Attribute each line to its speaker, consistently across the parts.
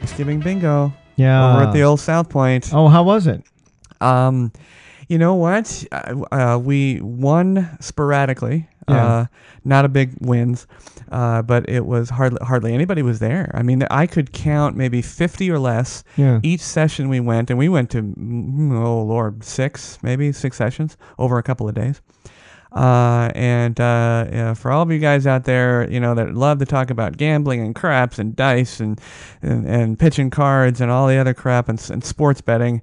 Speaker 1: Thanksgiving bingo.
Speaker 2: Yeah.
Speaker 1: Over at the old South Point.
Speaker 2: oh, how was it?
Speaker 1: Um, you know what? Uh, uh, we won sporadically.
Speaker 2: Yeah.
Speaker 1: Uh, not a big wins, uh, but it was hardly hardly anybody was there. I mean, I could count maybe fifty or less
Speaker 2: Yeah.
Speaker 1: each session we went, and we went to mm, oh lord, six maybe six sessions over a couple of days. Uh, and uh, yeah, for all of you guys out there, you know that love to talk about gambling and craps and dice and and, and pitching cards and all the other crap and, s- and sports betting,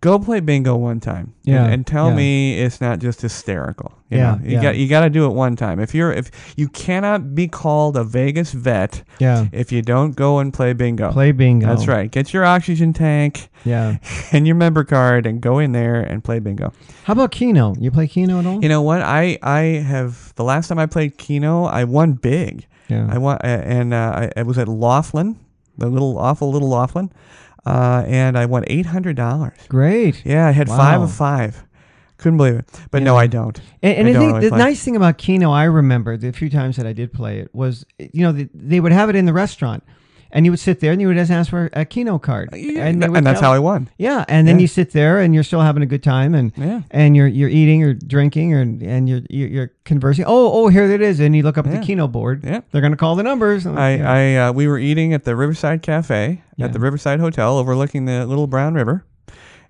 Speaker 1: go play bingo one time. And-
Speaker 2: Yeah,
Speaker 1: and, tell
Speaker 2: yeah.
Speaker 1: me it's not just hysterical. you
Speaker 2: Yeah,
Speaker 1: know? you
Speaker 2: yeah.
Speaker 1: got you got to do it one time. If you're if you cannot be called a Vegas vet
Speaker 2: Yeah.
Speaker 1: if you don't go and play bingo.
Speaker 2: Play bingo.
Speaker 1: That's right. Get your oxygen tank
Speaker 2: Yeah.
Speaker 1: and your member card and go in there and play bingo.
Speaker 2: How about Keno? You play Keno at all?
Speaker 1: You know what? I I have the last time I played Keno, I won big.
Speaker 2: Yeah.
Speaker 1: I won, and uh, I, I was at Laughlin, the little awful little Laughlin, uh, and I won eight hundred dollars.
Speaker 2: Great.
Speaker 1: Yeah, I had five
Speaker 2: Wow.
Speaker 1: of five. Couldn't believe it. But no,
Speaker 2: Yeah.
Speaker 1: I don't.
Speaker 2: And, and
Speaker 1: I
Speaker 2: I,
Speaker 1: don't
Speaker 2: think
Speaker 1: really
Speaker 2: the
Speaker 1: play.
Speaker 2: nice thing about Keno, I remember the few times that I did play it was, you know, the, they would have it in the restaurant, and you would sit there and you would just ask for a Keno card,
Speaker 1: Uh, And,
Speaker 2: they would
Speaker 1: that's
Speaker 2: tell-
Speaker 1: how I won.
Speaker 2: Yeah, and then
Speaker 1: Yeah.
Speaker 2: you sit there and you're still having a good time, and
Speaker 1: Yeah.
Speaker 2: and you're you're eating or drinking, or, and you're you're you're conversing. Oh, oh, here it is, and you look up at
Speaker 1: Yeah.
Speaker 2: the Keno board.
Speaker 1: Yeah.
Speaker 2: they're gonna call the numbers. and-
Speaker 1: I,
Speaker 2: yeah.
Speaker 1: I uh, we were eating at the Riverside Cafe
Speaker 2: Yeah.
Speaker 1: at the Riverside Hotel overlooking the Little Brown River,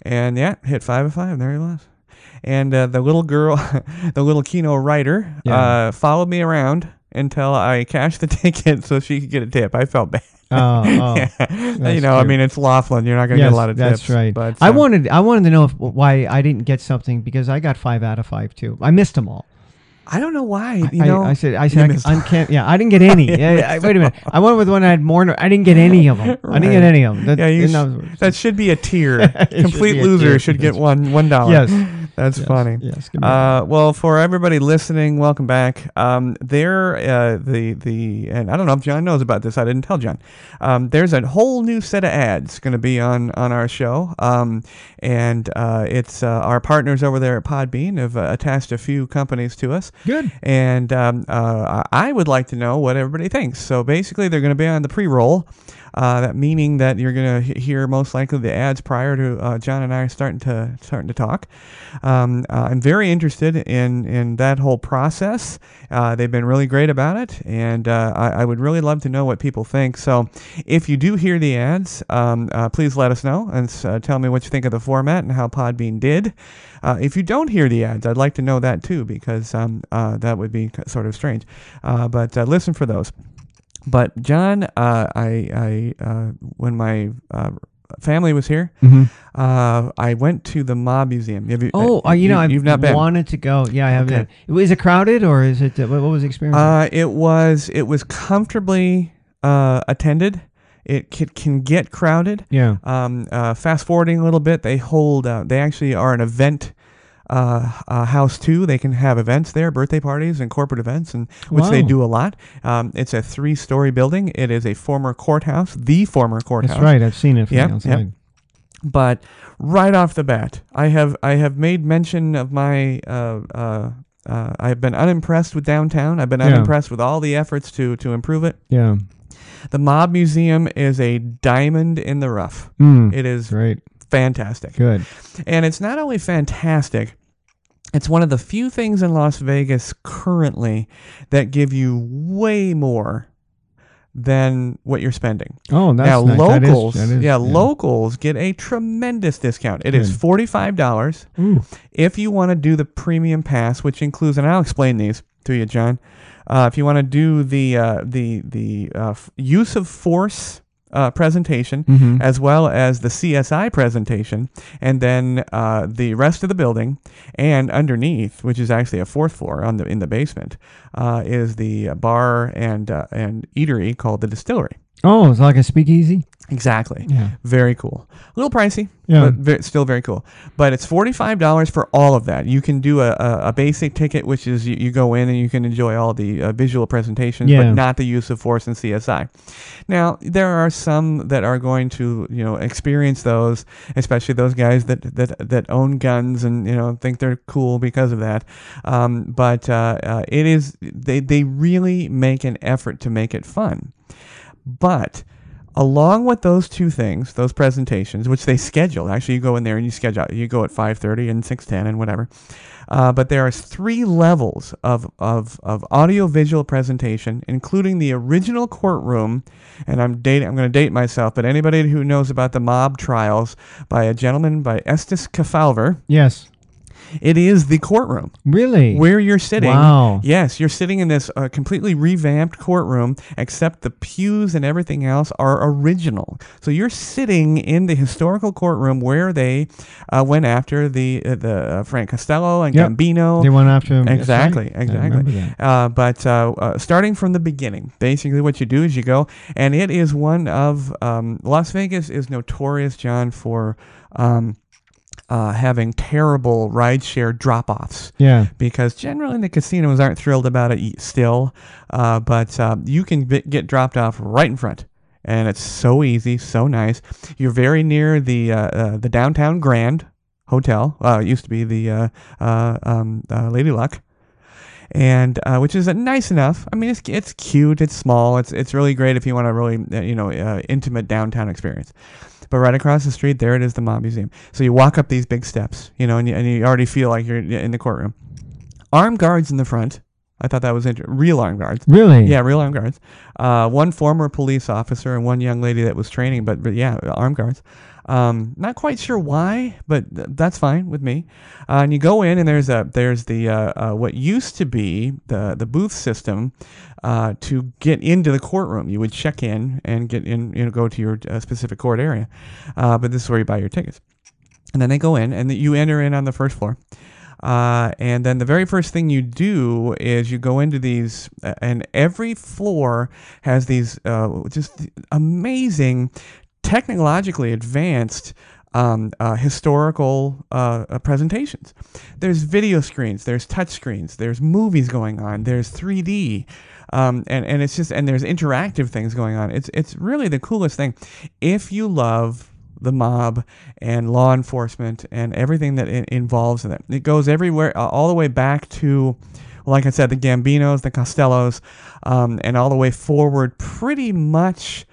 Speaker 1: and yeah, hit five of five. There he was, and uh, the little girl, the little Kino writer,
Speaker 2: Yeah.
Speaker 1: uh, followed me around until I cashed the ticket so she could get a tip. I felt bad.
Speaker 2: oh, oh.
Speaker 1: you know, I
Speaker 2: cute.
Speaker 1: mean, it's Laughlin. You're not going to
Speaker 2: Yes,
Speaker 1: get a lot of
Speaker 2: that's
Speaker 1: tips.
Speaker 2: right.
Speaker 1: But
Speaker 2: I
Speaker 1: uh,
Speaker 2: wanted I wanted to know if, why I didn't get something because I got five out of five too. I missed them all.
Speaker 1: I don't know why. You
Speaker 2: I,
Speaker 1: know,
Speaker 2: I said, I
Speaker 1: you
Speaker 2: said,
Speaker 1: missed
Speaker 2: I, can't. Yeah, I didn't get any. yeah, I, wait a minute. I went with one I had more. no- I didn't get any of them. I didn't
Speaker 1: Right.
Speaker 2: get any of them. That,
Speaker 1: yeah, you
Speaker 2: and that
Speaker 1: sh-
Speaker 2: was-
Speaker 1: that should be a tier.
Speaker 2: should
Speaker 1: Complete
Speaker 2: be a
Speaker 1: loser
Speaker 2: tier.
Speaker 1: should get
Speaker 2: That's-
Speaker 1: one one dollar.
Speaker 2: yes,
Speaker 1: that's
Speaker 2: yes,
Speaker 1: funny.
Speaker 2: Yes, give me that.
Speaker 1: Uh, well, for everybody listening, welcome back. Um, there, uh, the the and I don't know if John knows about this. I didn't tell John. Um, there's a whole new set of ads going to be on on our show, um, and uh, it's uh, our partners over there at Podbean have uh, attached a few companies to us.
Speaker 2: good.
Speaker 1: And um, uh, I I would like to know what everybody thinks. So basically, they're going to be on the pre-roll. Uh, that meaning that you're going to hear most likely the ads prior to uh, John and I are starting to starting to talk. Um, uh, I'm very interested in in that whole process. Uh, they've been really great about it, and uh, I, I would really love to know what people think. So if you do hear the ads, um, uh, please let us know and uh, tell me what you think of the format and how Podbean did. Uh, if you don't hear the ads, I'd like to know that too because um, uh, that would be sort of strange. Uh, but uh, listen for those. But John, uh, I, I uh, when my uh, family was here, uh, I went to the Mob Museum. Have you,
Speaker 2: Oh, uh, you, know, I've
Speaker 1: you've not been.
Speaker 2: wanted to go. Yeah, I have
Speaker 1: Okay.
Speaker 2: not. Is it crowded or is it? Uh, what, what was the experience?
Speaker 1: Uh, it was it was comfortably uh, attended. It can, can get crowded.
Speaker 2: yeah.
Speaker 1: Um, uh, fast forwarding a little bit, they hold. Uh, they actually are an event uh, uh, house too. They can have events there, birthday parties and corporate events, and which they
Speaker 2: Wow.
Speaker 1: do a lot. Um, it's a three-story building. It is a former courthouse, the former courthouse.
Speaker 2: That's right. I've seen it from
Speaker 1: Yeah,
Speaker 2: the
Speaker 1: yeah.
Speaker 2: outside.
Speaker 1: But right off the bat, I have I have made mention of my. Uh, uh, uh, I've been unimpressed with downtown. I've been
Speaker 2: Yeah.
Speaker 1: unimpressed with all the efforts to to improve it.
Speaker 2: Yeah.
Speaker 1: The Mob Museum is a diamond in the rough.
Speaker 2: Mm.
Speaker 1: It is
Speaker 2: Great.
Speaker 1: fantastic.
Speaker 2: Good.
Speaker 1: And it's not only fantastic, it's one of the few things in Las Vegas currently that give you way more than what you're spending.
Speaker 2: Oh, that's
Speaker 1: now
Speaker 2: nice. That is-
Speaker 1: locals,
Speaker 2: that is-
Speaker 1: yeah, locals get a tremendous discount. It is
Speaker 2: Good.
Speaker 1: $45
Speaker 2: Ooh.
Speaker 1: if you want to do the premium pass, which includes, and I'll explain these to you, John. Uh, if you want to do the uh, the the uh, f- use of force uh, presentation,
Speaker 2: Mhm.
Speaker 1: as well as the CSI presentation, and then uh, the rest of the building, and underneath, which is actually a fourth floor on the in the basement, uh, is the uh, bar and uh, and eatery called the Distillery.
Speaker 2: Oh, it's like a speakeasy.
Speaker 1: Exactly.
Speaker 2: Yeah.
Speaker 1: Very cool. A little pricey,
Speaker 2: Yeah.
Speaker 1: but ve- still very cool. But it's forty-five dollars for all of that. You can do a, a, a basic ticket, which is you, you go in and you can enjoy all the uh, visual presentations, but
Speaker 2: Yeah.
Speaker 1: not the use of force and CSI. Now there are some that are going to you know experience those, especially those guys that that, that own guns and you know think they're cool because of that. Um, but uh, uh, it is they they really make an effort to make it fun, but along with those two things, those presentations, which they schedule. Actually, you go in there and you schedule. You go at five thirty and six ten and whatever. Uh, but there are three levels of of of audiovisual presentation, including the original courtroom. And I'm dating. I'm going to date myself, but anybody who knows about the mob trials by a gentleman by Estes Kefauver,
Speaker 2: Yes.
Speaker 1: it is the courtroom
Speaker 2: Really?
Speaker 1: where you're sitting.
Speaker 2: Wow.
Speaker 1: Yes, you're sitting in this uh, completely revamped courtroom, except the pews and everything else are original. So you're sitting in the historical courtroom where they uh, went after the uh, the uh, Frank Costello and
Speaker 2: Yep.
Speaker 1: Gambino.
Speaker 2: They went after him. That's
Speaker 1: Exactly,
Speaker 2: right. I remember
Speaker 1: exactly.
Speaker 2: that.
Speaker 1: Uh, but uh, uh, starting from the beginning, basically what you do is you go, and it is one of um, Las Vegas is notorious, John, for um, uh, having terrible rideshare drop-offs
Speaker 2: Yeah.
Speaker 1: because generally the casinos aren't thrilled about it y- still. Uh, but uh, you can vi- get dropped off right in front, and it's so easy, so nice. You're very near the uh, uh, the downtown Grand Hotel. Uh, it used to be the uh, uh, um, uh, Lady Luck. And uh, which is uh, nice enough. I mean, it's it's cute. It's small. It's it's really great if you want a really uh, you know uh, intimate downtown experience. But right across the street, there it is, the Mob Museum. So you walk up these big steps, you know, and you, and you already feel like you're in the courtroom. Armed guards in the front. I thought that was interesting. Real armed guards.
Speaker 2: Really?
Speaker 1: Yeah, real armed guards. Uh, one former police officer and one young lady that was training, but, but yeah, armed guards. Um, not quite sure why, but th- that's fine with me. Uh, and you go in, and there's a there's the uh, uh, what used to be the the booth system uh, to get into the courtroom. You would check in and get in, you know, go to your uh, specific court area. Uh, but this is where you buy your tickets. And then they go in, and you enter in on the first floor. Uh, and then the very first thing you do is you go into these, uh, and every floor has these uh, just amazing, technologically advanced. Um, uh, historical uh, uh, presentations. There's video screens, there's touch screens, there's movies going on, there's 3D, um, and and it's just and there's interactive things going on. It's it's really the coolest thing. If you love the mob and law enforcement and everything that it involves in it. It goes everywhere, uh, all the way back to, like I said, the Gambinos, the Costellos, um, and all the way forward, pretty much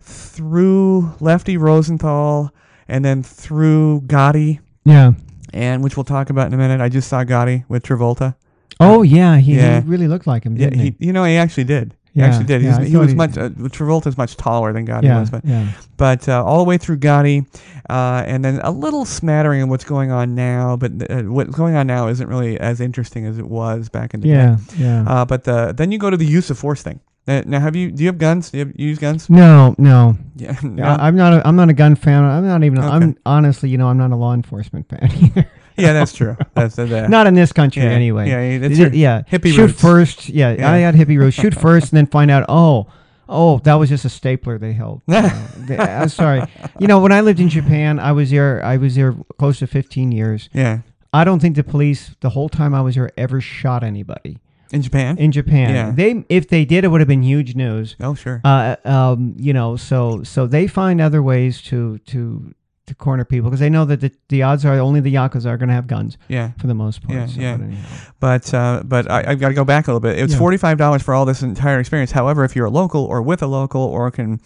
Speaker 1: through Lefty Rosenthal and then through Gotti,
Speaker 2: Yeah.
Speaker 1: and which we'll talk about in a minute. I just saw Gotti with Travolta.
Speaker 2: Oh yeah. He, he
Speaker 1: Yeah.
Speaker 2: really looked like him,
Speaker 1: Yeah,
Speaker 2: didn't
Speaker 1: he, you know, he actually did. He
Speaker 2: Yeah,
Speaker 1: actually did. He's,
Speaker 2: yeah, I
Speaker 1: he
Speaker 2: thought
Speaker 1: was
Speaker 2: he-
Speaker 1: much. Uh, Travolta's much taller than Gotti
Speaker 2: he? Yeah.
Speaker 1: was, but
Speaker 2: yeah.
Speaker 1: but uh, all the way through Gotti, uh, and then a little smattering of what's going on now. But uh, what's going on now isn't really as interesting as it was back in the day.
Speaker 2: Yeah. Yeah.
Speaker 1: Uh, but the, then you go to the use of force thing. Uh, now, have you do you have guns? Do you, have, you use guns?
Speaker 2: no. No.
Speaker 1: Yeah. no.
Speaker 2: I- I'm not. A, I'm not a gun fan. I'm not even. I'm
Speaker 1: Okay.
Speaker 2: honestly, you know, I'm not a law enforcement fan either.
Speaker 1: yeah, that's true. That's that's- uh,
Speaker 2: not in this country
Speaker 1: yeah,
Speaker 2: anyway.
Speaker 1: Yeah, that's
Speaker 2: Yeah,
Speaker 1: your-
Speaker 2: yeah.
Speaker 1: hippie
Speaker 2: shoot
Speaker 1: roots.
Speaker 2: first. Yeah,
Speaker 1: Yeah.
Speaker 2: I had hippie roots. Shoot first, and then find out. Oh, oh, that was just a stapler they held. You know, they- I'm sorry. You know, when I lived in Japan, I was there. I was there close to 15 years.
Speaker 1: yeah.
Speaker 2: I don't think the police the whole time I was there ever shot anybody
Speaker 1: In Japan.
Speaker 2: in Japan.
Speaker 1: Yeah.
Speaker 2: They, if they did, it would have been huge news.
Speaker 1: oh, sure.
Speaker 2: Uh, um, you know, so so they find other ways to to to corner people because they know that the, the odds are only the yakuza are going to have guns
Speaker 1: yeah,
Speaker 2: for the most part.
Speaker 1: Yeah,
Speaker 2: so,
Speaker 1: yeah.
Speaker 2: but anyhow.
Speaker 1: but uh, but I, I've got to go back a little bit. It's
Speaker 2: Yeah.
Speaker 1: forty five dollars for all this entire experience. However, if you're a local or with a local or can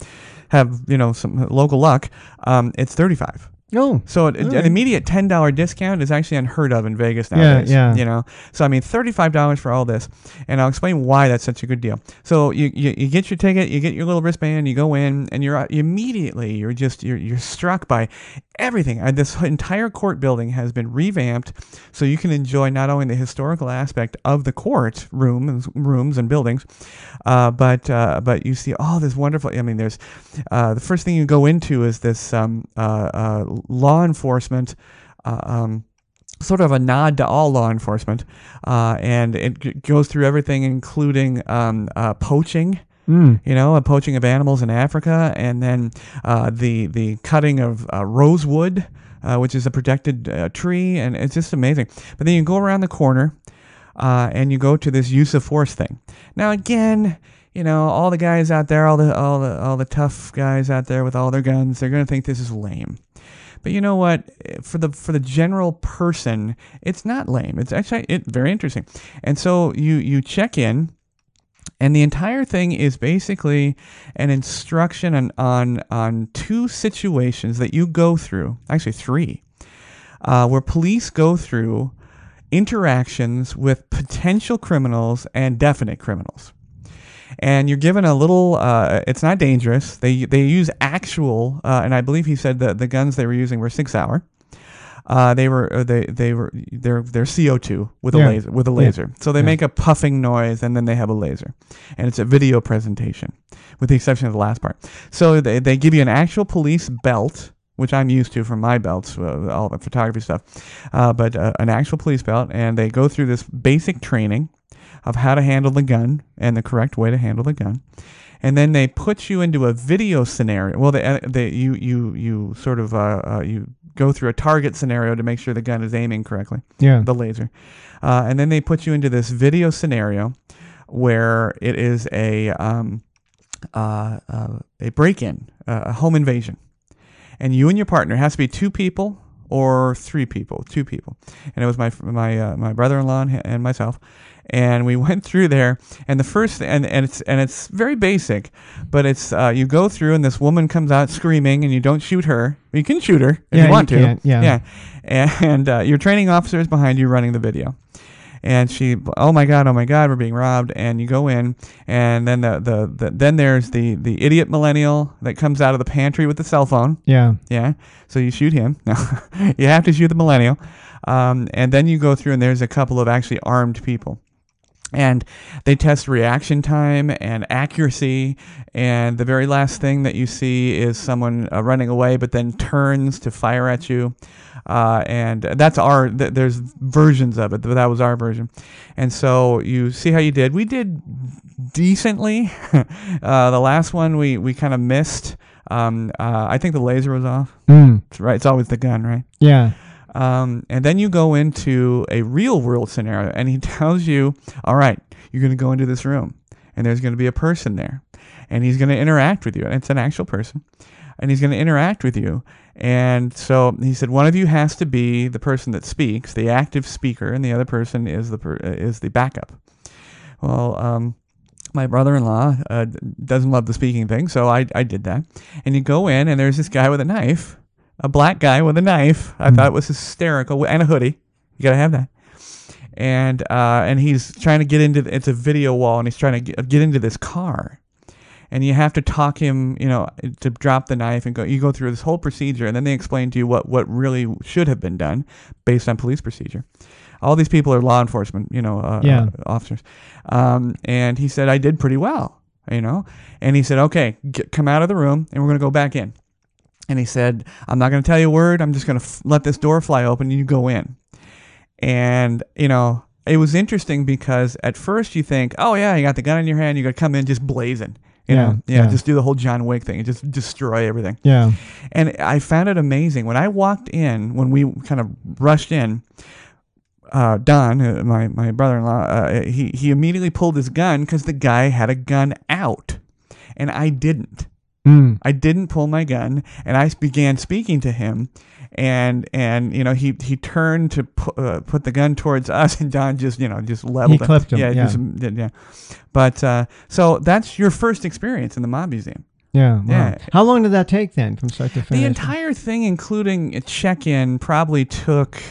Speaker 1: have you know some local luck, um, it's thirty five.
Speaker 2: No.
Speaker 1: So an-
Speaker 2: Alright.
Speaker 1: an immediate ten dollar discount is actually unheard of in Vegas
Speaker 2: Yeah,
Speaker 1: nowadays.
Speaker 2: yeah.
Speaker 1: You know, so I mean thirty five dollars for all this, and I'll explain why that's such a good deal. So you, you you get your ticket, you get your little wristband, you go in, and you're you immediately you're just you're you're struck by everything. Uh, This entire court building has been revamped, so you can enjoy not only the historical aspect of the court rooms rooms and buildings, uh, but uh, but you see all this wonderful. I mean, there's uh, the first thing you go into is this um, uh, uh, law enforcement. Uh, um, Sort of a nod to all law enforcement, uh, and it g- goes through everything, including um, uh, poaching
Speaker 2: Mm.
Speaker 1: you know, a poaching of animals in Africa, and then uh, the the cutting of uh, rosewood, uh, which is a protected uh, tree, and it's just amazing. But then you go around the corner, uh, and you go to this use of force thing. Now again. You know, all the guys out there, all the all the all the tough guys out there with all their guns, they're gonna think this is lame. But you know what? For the for the general person, it's not lame. It's actually it very interesting. And so you you check in, And the entire thing is basically an instruction on, on, on two situations that you go through, actually, three, uh, where police go through interactions with potential criminals and definite criminals. And you're given a little. Uh, it's not dangerous. They they use actual, uh, and I believe he said that the guns they were using were six hour. Uh, they were uh, they they were they're they're CO two with a
Speaker 2: Yeah.
Speaker 1: laser with a
Speaker 2: Yeah.
Speaker 1: laser. So they
Speaker 2: Yeah.
Speaker 1: make a puffing noise and then they have a laser, and it's a video presentation, with the exception of the last part. So they they give you an actual police belt, which I'm used to from my belts, uh, all the photography stuff, uh, but uh, an actual police belt, and they go through this basic training of how to handle the gun and the correct way to handle the gun. And then they put you into a video scenario. Well, they, uh, they you you you sort of uh, uh, you go through a target scenario to make sure the gun is aiming correctly,
Speaker 2: Yeah.
Speaker 1: the laser. Uh, and then they put you into this video scenario where it is a um, uh, uh, a break-in, uh, a home invasion, and you and your partner it has to be two people or three people, two people, and it was my my uh, my brother-in-law and- and myself, and we went through there, and the first and and it's and it's very basic, but it's uh, you go through and this woman comes out screaming and you don't shoot her, you can shoot her if
Speaker 2: Yeah,
Speaker 1: you
Speaker 2: you
Speaker 1: want to,
Speaker 2: can, yeah.
Speaker 1: and uh, your training officer is behind you running the video and she oh my god oh my god we're being robbed and you go in and then the, the, the then there's the the idiot millennial that comes out of the pantry with the cell phone
Speaker 2: yeah.
Speaker 1: yeah so you shoot him no you have to shoot the millennial um, and then you go through and there's a couple of actually armed people and they test reaction time and accuracy and the very last thing that you see is someone uh, running away but then turns to fire at you uh, and that's our th- there's versions of it but that was our version and so you see how you did we did decently uh, the last one we we kind of missed um, uh, i think the laser was off
Speaker 2: Mm.
Speaker 1: It's right it's always the gun right
Speaker 2: Yeah.
Speaker 1: um, and then you go into a real world scenario, and he tells you, all right, you're going to go into this room, and there's going to be a person there, and he's going to interact with you. And it's an actual person, and he's going to interact with you. And so he said, one of you has to be the person that speaks, the active speaker, and the other person is the, per- uh, is the backup. Well, um, my brother-in-law uh, d- doesn't love the speaking thing, so I, I did that. And you go in, and there's this guy with a knife, a black guy with a knife. I
Speaker 2: Mm.
Speaker 1: thought it was hysterical, and a hoodie. You gotta have that. And uh, and he's trying to get into the, it's a video wall, and he's trying to get, get into this car. And you have to talk him, you know, to drop the knife and go. You go through this whole procedure, and then they explain to you what what really should have been done based on police procedure. All these people are law enforcement, you know, uh,
Speaker 2: Yeah.
Speaker 1: officers. Um, and he said, I did pretty well, you know. And he said, okay, g come out of the room and we're going to go back in. And he said, I'm not going to tell you a word. I'm just going to f- let this door fly open and you go in. And, you know, it was interesting because at first you think, oh, yeah, you got the gun in your hand. You got to come in just blazing. You
Speaker 2: Yeah,
Speaker 1: know, yeah,
Speaker 2: yeah.
Speaker 1: just do the whole John Wick thing and just destroy everything.
Speaker 2: Yeah.
Speaker 1: And I found it amazing when I walked in, when we kind of rushed in. Uh, Don, uh, my my brother-in-law, uh, he he immediately pulled his gun because the guy had a gun out, and I didn't.
Speaker 2: Mm.
Speaker 1: I didn't pull my gun, and I s- began speaking to him, and and you know he he turned to pu- uh, put the gun towards us, and Don just you know just leveled
Speaker 2: clipped him,
Speaker 1: Yeah,
Speaker 2: yeah.
Speaker 1: just- yeah. But uh, so that's your first experience in the mob museum.
Speaker 2: Yeah. Wow.
Speaker 1: Yeah.
Speaker 2: How long did that take then from start to finish?
Speaker 1: The entire thing, including a check-in, probably took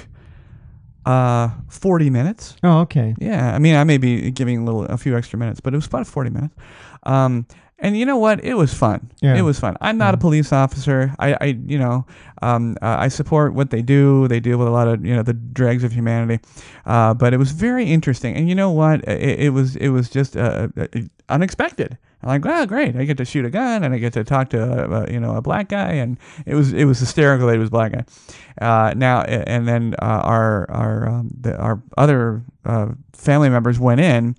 Speaker 1: uh, 40 minutes.
Speaker 2: Oh, okay.
Speaker 1: Yeah, I mean, I may be giving a little, a few extra minutes, but it was about 40 minutes. Um, and you know what? It was fun.
Speaker 2: Yeah.
Speaker 1: It was fun. I'm not a
Speaker 2: Yeah.
Speaker 1: police officer. I, I you know, um, uh, I support what they do. They deal with a lot of, you know, the dregs of humanity. Uh, but it was very interesting. And you know what? It, it was, it was just uh, uh, unexpected. I'm like, wow, great! I get to shoot a gun, and I get to talk to, uh, uh, you know, a black guy, and it was it was hysterical that he was a black guy. Uh, now a- and then uh, our our um, the, our other uh, family members went in,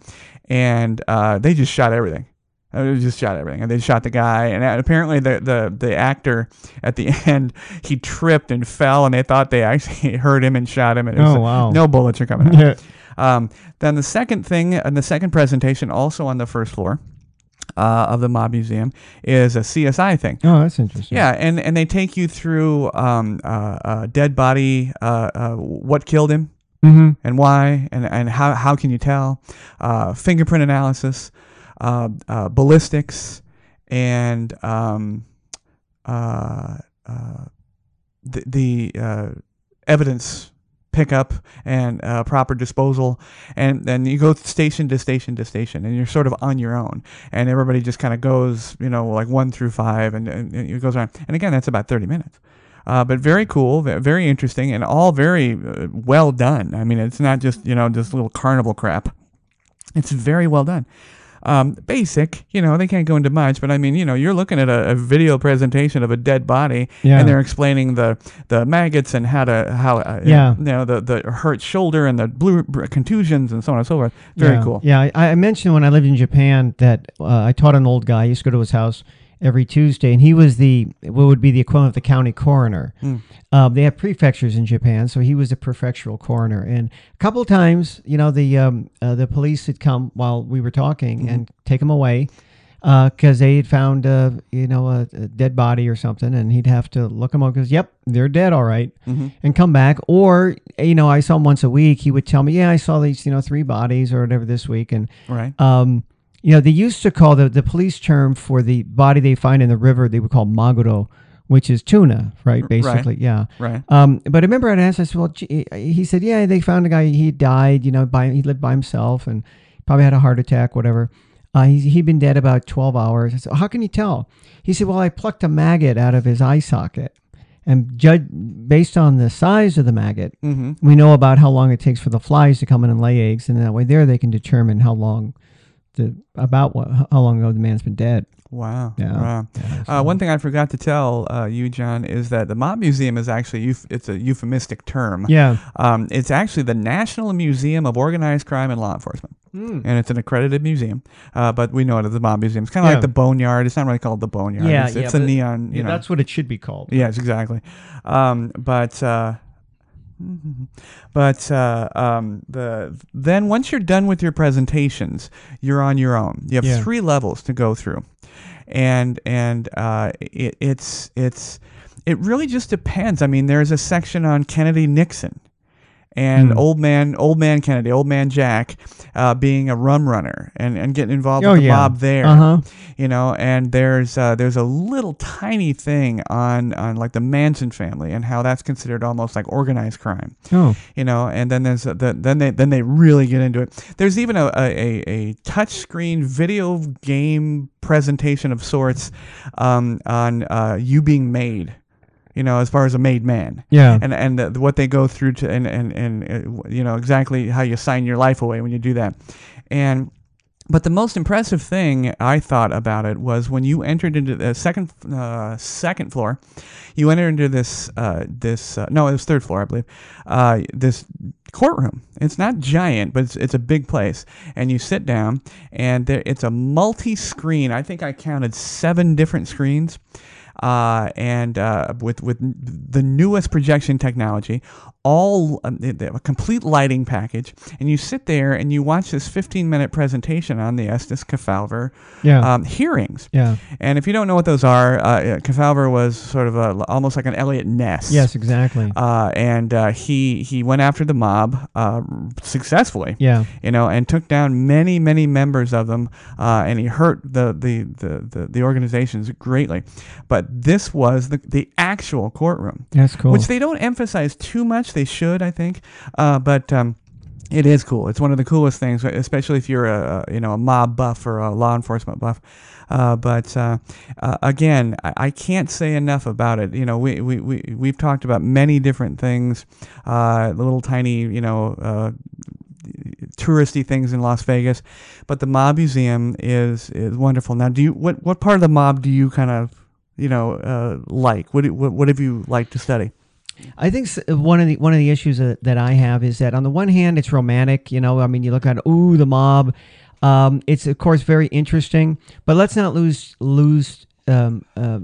Speaker 1: and uh, they just shot everything. Uh, They just shot everything, and they shot the guy. And a- apparently, the, the the actor at the end he tripped and fell, and they thought they actually hurt him and shot him. And it was,
Speaker 2: Oh, wow.
Speaker 1: no bullets are coming out.
Speaker 2: Yeah.
Speaker 1: Um, then the second thing, and the second presentation, also on the first floor uh, of the Mob Museum, is a CSI thing.
Speaker 2: Oh, that's interesting.
Speaker 1: Yeah, and, and they take you through um, uh, uh, dead body, uh, uh, what killed him
Speaker 2: Mm-hmm.
Speaker 1: and why, and, and how, how can you tell, uh, fingerprint analysis. uh, uh, ballistics and um, uh, uh, the, the uh, evidence pickup and uh, proper disposal and then you go station to station to station and you're sort of on your own and everybody just kind of goes you know like one through five and, and, and it goes around and again that's about 30 minutes uh, but very cool ve- very interesting and all very uh, well done i mean it's not just you know just little carnival crap it's very well done um, basic you know they can't go into much but i mean you know you're looking at a, a video presentation of a dead body
Speaker 2: Yeah.
Speaker 1: and they're explaining the the maggots and how to how uh,
Speaker 2: Yeah.
Speaker 1: you know the the hurt shoulder and the blue contusions and so on and so forth. Very
Speaker 2: yeah.
Speaker 1: cool.
Speaker 2: Yeah, I, I mentioned when I lived in Japan that uh, I taught an old guy. I used to go to his house every Tuesday, and he was the what would be the equivalent of the county coroner.
Speaker 1: Hmm.
Speaker 2: Um, they have prefectures in Japan, so he was the prefectural coroner. And a couple times, you know, the um, uh, the police had come while we were talking
Speaker 1: Hmm.
Speaker 2: and take him away because they had found uh, you know a, a dead body or something, and he'd have to look them up because yep, they're dead, all right, and come back. Or you know, I saw him once a week. He would tell me, yeah, I saw these you know three bodies or whatever this week, and
Speaker 1: Right.
Speaker 2: um, you know, they used to call the, the police term for the body they find in the river, they would call maguro, which is tuna, right? Basically, yeah.
Speaker 1: Right.
Speaker 2: Um, but I remember I'd asked, I said, well, gee, he said, yeah, they found a guy, he died, you know, by, he lived by himself and probably had a heart attack, whatever. Uh, he, he'd been dead about 12 hours. I said, how can you tell? He said, well, I plucked a maggot out of his eye socket. And judge, based on the size of the maggot,
Speaker 1: Mm-hmm.
Speaker 2: we know about how long it takes for the flies to come in and lay eggs, and that way there they can determine how long the about what how long ago the man's been dead.
Speaker 1: Wow.
Speaker 2: Yeah.
Speaker 1: Wow. Uh, one thing I forgot to tell uh, you, John, is that the Mob Museum is actually euf- it's a euphemistic term.
Speaker 2: Yeah.
Speaker 1: Um, it's actually the National Museum of Organized Crime and Law Enforcement, and it's an accredited museum. Uh, but we know it as the Mob Museum. It's kind of
Speaker 2: Yeah.
Speaker 1: like the Boneyard. It's not really called the Boneyard. it's, it's a neon. You know,
Speaker 2: that's what it should be called.
Speaker 1: Yes, exactly. Um, but uh, but uh, um, the then once you're done with your presentations, you're on your own. You have
Speaker 2: Yeah.
Speaker 1: three levels to go through, and and uh, it, it's it's it really just depends. I mean, there's a section on Kennedy Nixon. And
Speaker 2: Hmm.
Speaker 1: old man, old man Kennedy, old man Jack, uh, being a rum runner and, and getting involved
Speaker 2: Oh,
Speaker 1: with the
Speaker 2: yeah.
Speaker 1: mob there
Speaker 2: Uh huh.
Speaker 1: you know and there's uh, there's a little tiny thing on on like the manson family and how that's considered almost like organized crime
Speaker 2: Oh.
Speaker 1: you know and then there's uh, the, then they then they really get into it there's even a a, a, a touch screen video game presentation of sorts um, on uh, you being made you know as far as a made man
Speaker 2: Yeah.
Speaker 1: and and uh, what they go through to and and and uh, you know exactly how you sign your life away when you do that, and. But the most impressive thing I thought about it was when you entered into the second uh, second floor, you entered into this uh, this uh, no it was third floor I believe uh, this courtroom. It's not giant, but it's, it's a big place, and you sit down, and there, it's a multi screen. I think I counted seven different screens uh, and uh, with with the newest projection technology, all um, they have a complete lighting package, and you sit there and you watch this 15 minute presentation on the Estes Kefauver
Speaker 2: Yeah.
Speaker 1: um, hearings.
Speaker 2: yeah.
Speaker 1: And if you don't know what those are, uh, Kefauver was sort of a, almost like an Elliot Ness.
Speaker 2: Yes. Exactly.
Speaker 1: Uh, and uh, he he went after the mob uh, successfully
Speaker 2: yeah.
Speaker 1: you know, and took down many, many members of them, uh, and he hurt the the, the, the the organizations greatly. But this was the, the actual courtroom,
Speaker 2: That's cool.
Speaker 1: which they don't emphasize too much. They should, I think, uh, but. Um, it is cool. It's one of the coolest things, especially if you're a a, you know a mob buff or a law enforcement buff. Uh, but uh, uh, again, I, I can't say enough about it. You know, we we we we have talked about many different things, uh, little tiny you know uh, touristy things in Las Vegas, but the Mob Museum is is wonderful. Now, do you what what part of the Mob do you kind of you know uh, like? What, do- what what have you liked to study?
Speaker 2: I think s- uh, one of the one of the issues that, that I have is that on the one hand it's romantic, you know, I mean you look at ooh the mob, um, it's of course very interesting, but let's not lose lose um, uh,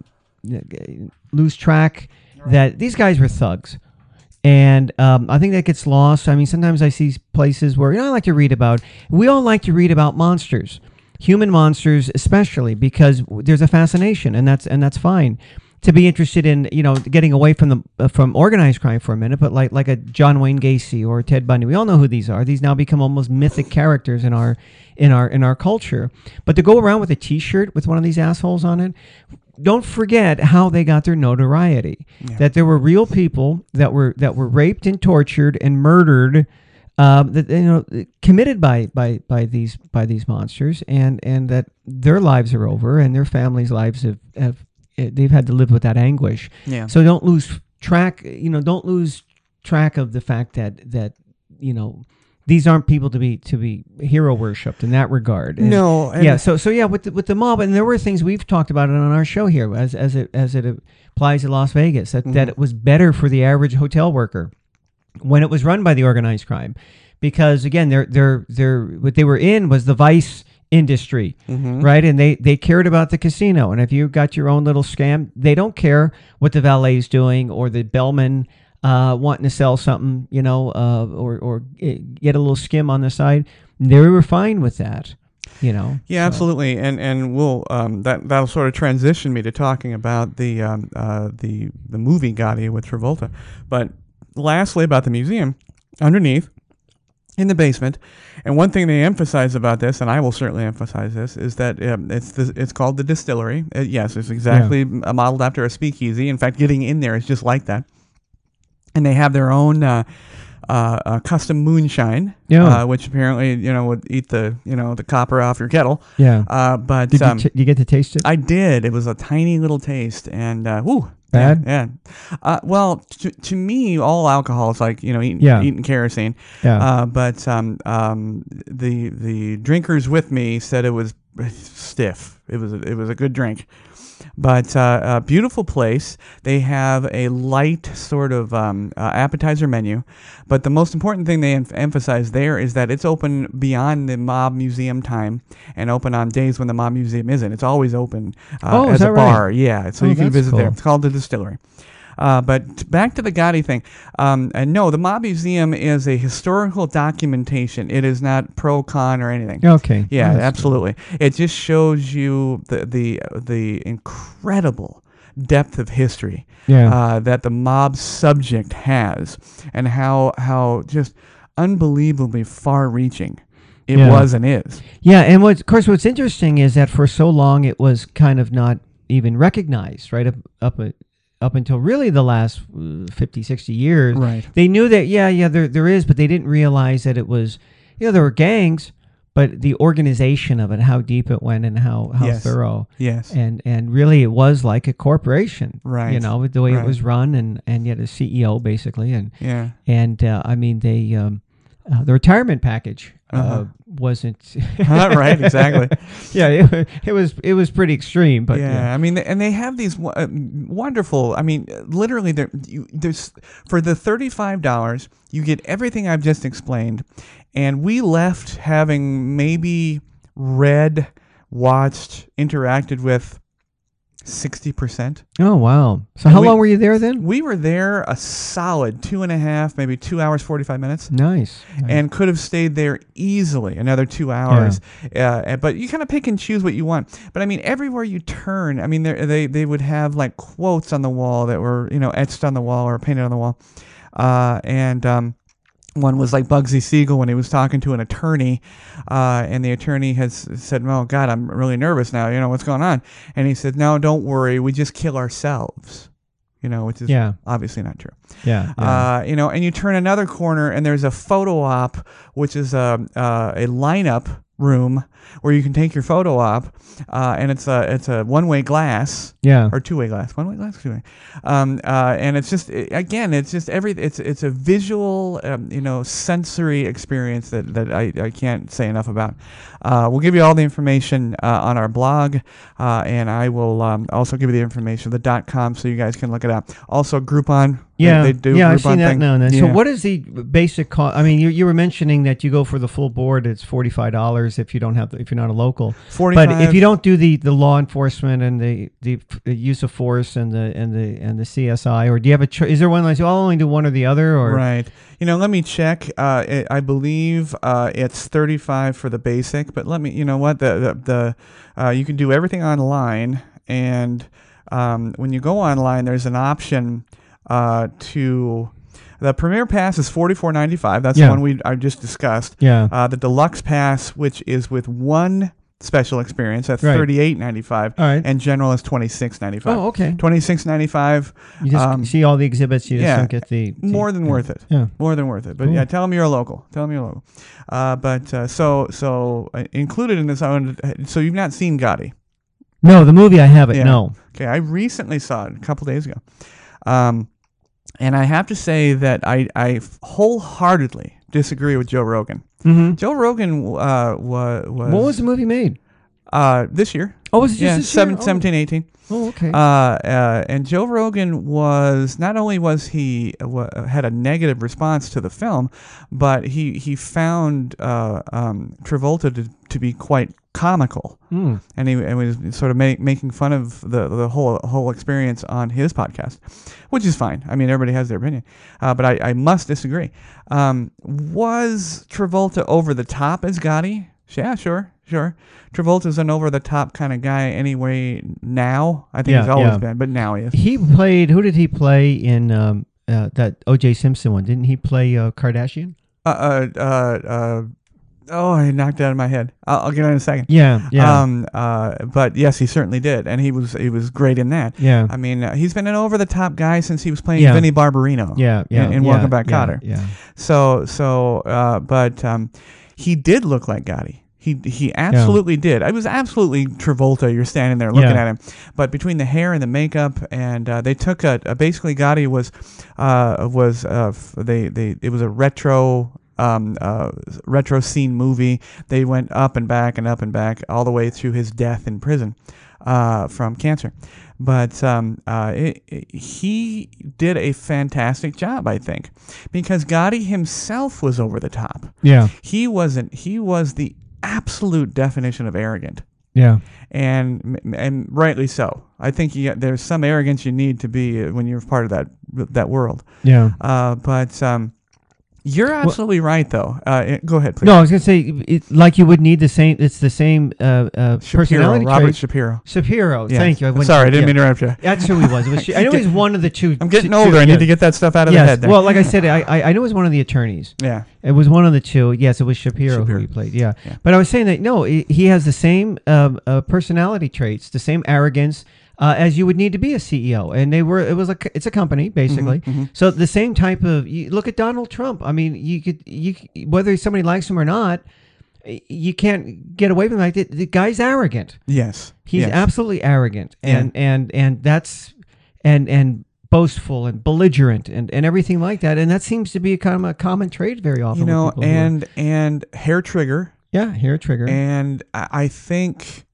Speaker 2: lose track that these guys were thugs, and um, I think that gets lost. I mean sometimes I see places where you know I like to read about. We all like to read about monsters, human monsters especially because w- there's a fascination, and that's and that's fine. to be interested in you know getting away from the uh, from organized crime for a minute, but like like a John Wayne Gacy or Ted Bundy, we all know who these are. These now become almost mythic characters in our in our in our culture. But to go around with a T-shirt with one of these assholes on it, don't forget how they got their notoriety. That there were real people that were that were raped and tortured and murdered. Um, that you know committed by by by these by these monsters and and that their lives are over and their families lives have, have eh, they've had to live with that anguish
Speaker 1: Yeah.
Speaker 2: so don't lose track you know don't lose track of the fact that that you know these aren't people to be to be hero worshipped in that regard And-
Speaker 1: no. and-
Speaker 2: yeah so so yeah with the, with the mob and there were things we've talked about it on our show here as as it as it applies to las vegas that, that it was better for the average hotel worker when it was run by the organized crime because again they're they're they're what they were in was the vice industry right and they they cared about the casino and if you got your own little scam they don't care what the valet's doing or the bellman uh, wanting to sell something you know uh, or or eh, get a little skim on the side they were fine with that you know
Speaker 1: Yeah, absolutely, and and we'll um, that that'll sort of transition me to talking about the um, uh, the the movie Gotti with Travolta, but lastly about the museum underneath in the basement, and one thing they emphasize about this, and I will certainly emphasize this, is that um, it's the, it's called the distillery. Uh, yes, it's exactly uh modeled after a speakeasy. In fact, getting in there is just like that, and they have their own. Uh, uh, uh, custom moonshine,
Speaker 2: Yeah.
Speaker 1: uh, which apparently you know would eat the you know the copper off your kettle,
Speaker 2: yeah
Speaker 1: uh, but
Speaker 2: did
Speaker 1: um,
Speaker 2: you, t- you get to taste it
Speaker 1: I did. It was a tiny little taste, and uh, woo,
Speaker 2: Bad?
Speaker 1: Yeah. yeah. Uh, well, to, to me, all alcohol is like you know eating,
Speaker 2: Yeah.
Speaker 1: eating kerosene.
Speaker 2: yeah
Speaker 1: Uh, but um, um, the the drinkers with me said it was stiff. It was a, it was a good drink, but uh, a beautiful place. They have a light sort of um, uh, appetizer menu, but the most important thing they em- emphasize there is that it's open beyond the mob museum time and open on days when the mob museum isn't. It's always open uh,
Speaker 2: Oh, is
Speaker 1: as a
Speaker 2: that right?
Speaker 1: bar. Yeah, so
Speaker 2: Oh,
Speaker 1: you can
Speaker 2: that's
Speaker 1: visit there.
Speaker 2: cool.
Speaker 1: It's called the distillery. Uh, but t- back to the Gotti thing. Um, and no, the Mob Museum is a historical documentation. It is not pro con or anything.
Speaker 2: okay
Speaker 1: Yeah,
Speaker 2: That's-
Speaker 1: absolutely. It just shows you the the the incredible depth of history
Speaker 2: yeah
Speaker 1: uh, that the mob subject has, and how how just unbelievably far-reaching it
Speaker 2: Yeah.
Speaker 1: was and is.
Speaker 2: Yeah, and what, of course, what's interesting is that for so long it was kind of not even recognized, right? Up up uh, up until really the last uh, 50, 60 years,
Speaker 1: Right.
Speaker 2: They knew that yeah, yeah, there there is, but they didn't realize that it was, you know, there were gangs, but the organization of it, how deep it went, and how how
Speaker 1: Yes.
Speaker 2: thorough.
Speaker 1: Yes.
Speaker 2: And and really, it was like a corporation,
Speaker 1: Right.
Speaker 2: You know, with the way
Speaker 1: Right.
Speaker 2: it was run, and and yet a CEO basically, and
Speaker 1: Yeah.
Speaker 2: and uh, I mean they um, uh, the retirement package uh,
Speaker 1: Uh-huh.
Speaker 2: wasn't
Speaker 1: right. Exactly.
Speaker 2: yeah, it, wa- it was it was pretty extreme, but
Speaker 1: yeah,
Speaker 2: yeah,
Speaker 1: I mean, and they have these wo- uh, wonderful. I mean, literally, there you, there's for the thirty five dollars, you get everything I've just explained, and we left having maybe read, watched, interacted with sixty percent.
Speaker 2: Oh wow! So
Speaker 1: And
Speaker 2: how
Speaker 1: we-
Speaker 2: long were you there then?
Speaker 1: We were there a solid two and a half, maybe two hours forty five minutes.
Speaker 2: Nice. nice.
Speaker 1: And could have stayed there easily another two hours, uh, and- but you kind of pick and choose what you want. But I mean, everywhere you turn, I mean, there- they they would have like quotes on the wall that were you know etched on the wall or painted on the wall, uh, and um, one was like Bugsy Siegel when he was talking to an attorney, uh, and the attorney has said, "Oh God, I'm really nervous now. You know what's going on?" And he said, "No, don't worry. We just kill ourselves." You know, which is
Speaker 2: yeah,
Speaker 1: obviously not true.
Speaker 2: yeah, yeah.
Speaker 1: Uh, you know, and you turn another corner, and there's a photo op, which is a uh, a lineup room where you can take your photo op, uh, and it's a it's a one way glass
Speaker 2: yeah.
Speaker 1: or two way glass, one way glass, two way, um, uh, and it's just i again, it's just every it's it's a visual, um, you know, sensory experience that that I, I can't say enough about. Uh, we'll give you all the information uh, on our blog, uh, and I will um, also give you the information the dot com so you guys can look it up. Also, Groupon, they-
Speaker 2: yeah,
Speaker 1: they, do
Speaker 2: yeah,
Speaker 1: Groupon
Speaker 2: I've seen that
Speaker 1: thing.
Speaker 2: now and then. So,
Speaker 1: Yeah.
Speaker 2: what is the basic cost? I mean, you, you were mentioning that you go for the full board; it's forty five dollars if you don't have the, if you're not a local.
Speaker 1: 45,
Speaker 2: But if you don't do the, the law enforcement and the, the, the use of force and the and the and the CSI, or do you have a cho- is there one like I'll only do one or the other, or
Speaker 1: Right. You know, let me check. Uh, it, I believe uh, it's 35 for the basic, but let me, you know what? The, the, the uh, You can do everything online, and um, when you go online, there's an option uh, to the Premier Pass is forty four ninety five. That's
Speaker 2: Yeah.
Speaker 1: the one we I just discussed.
Speaker 2: Yeah.
Speaker 1: Uh, the Deluxe Pass, which is with one special experience, that's
Speaker 2: Right.
Speaker 1: thirty eight ninety five,
Speaker 2: All right.
Speaker 1: and General is twenty six ninety five.
Speaker 2: oh, okay.
Speaker 1: Twenty six ninety five,
Speaker 2: You just
Speaker 1: um,
Speaker 2: see all the exhibits. You just
Speaker 1: yeah,
Speaker 2: don't get the, the-
Speaker 1: more than worth it.
Speaker 2: Yeah.
Speaker 1: More than worth it. But
Speaker 2: Cool.
Speaker 1: yeah, tell them you're a local. Tell them you're a local. Uh, but uh, so so uh, included in this, I wanted to- so you've not seen Gotti.
Speaker 2: No, the movie I haven't.
Speaker 1: Yeah.
Speaker 2: No.
Speaker 1: Okay, I recently saw it a couple days ago, um, and I have to say that I I wholeheartedly disagree with Joe Rogan.
Speaker 2: Mm-hmm.
Speaker 1: Joe Rogan uh, was, was
Speaker 2: What was the movie made?
Speaker 1: uh, this year?
Speaker 2: Oh, was it just
Speaker 1: yeah,
Speaker 2: this
Speaker 1: seven-
Speaker 2: year? Oh.
Speaker 1: 17, 18.
Speaker 2: Oh, okay.
Speaker 1: Uh, uh, and Joe Rogan was not only was he w- had a negative response to the film, but he he found uh, um, Travolta to, to be quite comical,
Speaker 2: Mm.
Speaker 1: and he and was sort of make, making fun of the the whole whole experience on his podcast, which is fine. I mean, everybody has their opinion, uh, but I, I must disagree. Um, was Travolta over the top as Gotti? Yeah, sure, sure. Travolta's an over the top kind of guy anyway. Now, I think
Speaker 2: Yeah,
Speaker 1: he's always
Speaker 2: yeah.
Speaker 1: been, but now he is.
Speaker 2: He played. Who did he play in um, uh, that O.J. Simpson one? Didn't he play uh, Kardashian?
Speaker 1: Uh, uh, uh, uh, oh, I knocked it out of my head. I'll, I'll get it in a second.
Speaker 2: Yeah. Yeah.
Speaker 1: Um, uh, but yes, he certainly did, and he was he was great in that.
Speaker 2: yeah.
Speaker 1: I mean, uh, he's been an over the top guy since he was playing
Speaker 2: Yeah.
Speaker 1: Vinnie Barbarino.
Speaker 2: yeah. Yeah.
Speaker 1: and
Speaker 2: yeah,
Speaker 1: Welcome Back,
Speaker 2: yeah,
Speaker 1: Kotter.
Speaker 2: Yeah.
Speaker 1: So so uh, but um, he did look like Gotti. He he absolutely did. I was absolutely Travolta. You're standing there looking
Speaker 2: Yeah.
Speaker 1: at him, but between the hair and the makeup, and uh, they took a, a basically Gotti was uh, was uh, f- they they it was a retro. Um, uh, retro scene movie. They went up and back and up and back all the way through his death in prison uh, from cancer. But um, uh, it, it- he did a fantastic job, I think, because Gotti himself was over the top.
Speaker 2: Yeah.
Speaker 1: He wasn't. He was the absolute definition of arrogant,
Speaker 2: Yeah.
Speaker 1: and and rightly so. I think you, there's some arrogance you need to be uh, when you're part of that that world.
Speaker 2: Yeah.
Speaker 1: Uh, but um, you're absolutely right, though. Uh, it- go ahead, please.
Speaker 2: No, I was gonna say, it, like you would need the same. It's the same uh, uh,
Speaker 1: Shapiro,
Speaker 2: personality
Speaker 1: Robert
Speaker 2: trait.
Speaker 1: Shapiro.
Speaker 2: Shapiro.
Speaker 1: Yeah.
Speaker 2: Thank you.
Speaker 1: I'm
Speaker 2: wouldn't-
Speaker 1: sorry, I didn't
Speaker 2: yeah.
Speaker 1: mean to interrupt you.
Speaker 2: That's who he was. It was I know he's one of the two.
Speaker 1: I'm getting
Speaker 2: two-
Speaker 1: older. I
Speaker 2: yeah.
Speaker 1: need to get that stuff out of the
Speaker 2: Yes.
Speaker 1: head. There.
Speaker 2: Well, like I said, I, I I know it was one of the attorneys.
Speaker 1: yeah.
Speaker 2: It was one of the two. Yes, it was Shapiro,
Speaker 1: Shapiro.
Speaker 2: who he played. Yeah.
Speaker 1: Yeah.
Speaker 2: But I was saying that no, he he has the same um, uh, personality traits, the same arrogance uh, as you would need to be a CEO. And they were. It was like it's a company basically.
Speaker 1: Mm-hmm,
Speaker 2: So the same type of. You look at Donald Trump. I mean, you could you c- whether somebody likes him or not. y- You can't get away from that. The, the guy's arrogant.
Speaker 1: Yes.
Speaker 2: He's
Speaker 1: yes.
Speaker 2: absolutely arrogant
Speaker 1: Yeah.
Speaker 2: and and and that's and and boastful and belligerent and and everything like that. And that seems to be a kind of a common trait very often.
Speaker 1: you
Speaker 2: with
Speaker 1: know,
Speaker 2: people who are-
Speaker 1: and and hair trigger,
Speaker 2: yeah, hair trigger.
Speaker 1: and I, I think,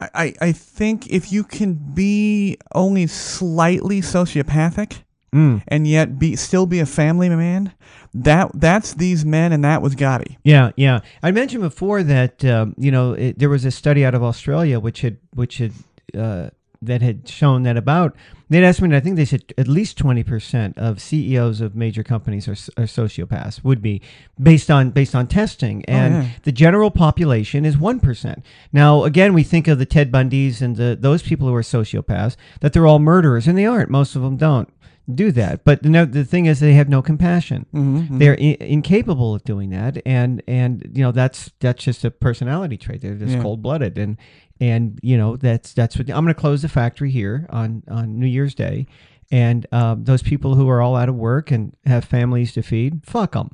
Speaker 1: I I- I think if you can be only slightly sociopathic
Speaker 2: Mm,
Speaker 1: and yet be still be a family man, that that's these men, and that was Gotti.
Speaker 2: yeah, yeah. I mentioned before that um, you know it, there was a study out of Australia which had which had uh, that had shown that about they'd estimated I think they said at least twenty percent of CEOs of major companies are, s- are sociopaths would be based on based on testing and
Speaker 1: Oh, yeah.
Speaker 2: the general population is 1%. Now, again, we think of the Ted Bundys and the, those people who are sociopaths, that they're all murderers, and they aren't. Most of them don't do that. But the, no- the thing is, they have no compassion. They're I- incapable of doing that. And, and, you know, that's, that's just a personality trait. They're just
Speaker 1: Yeah.
Speaker 2: cold blooded. And, and, you know, that's, that's what I'm going to close the factory here on, on New Year's Day. And um, those people who are all out of work and have families to feed, fuck them.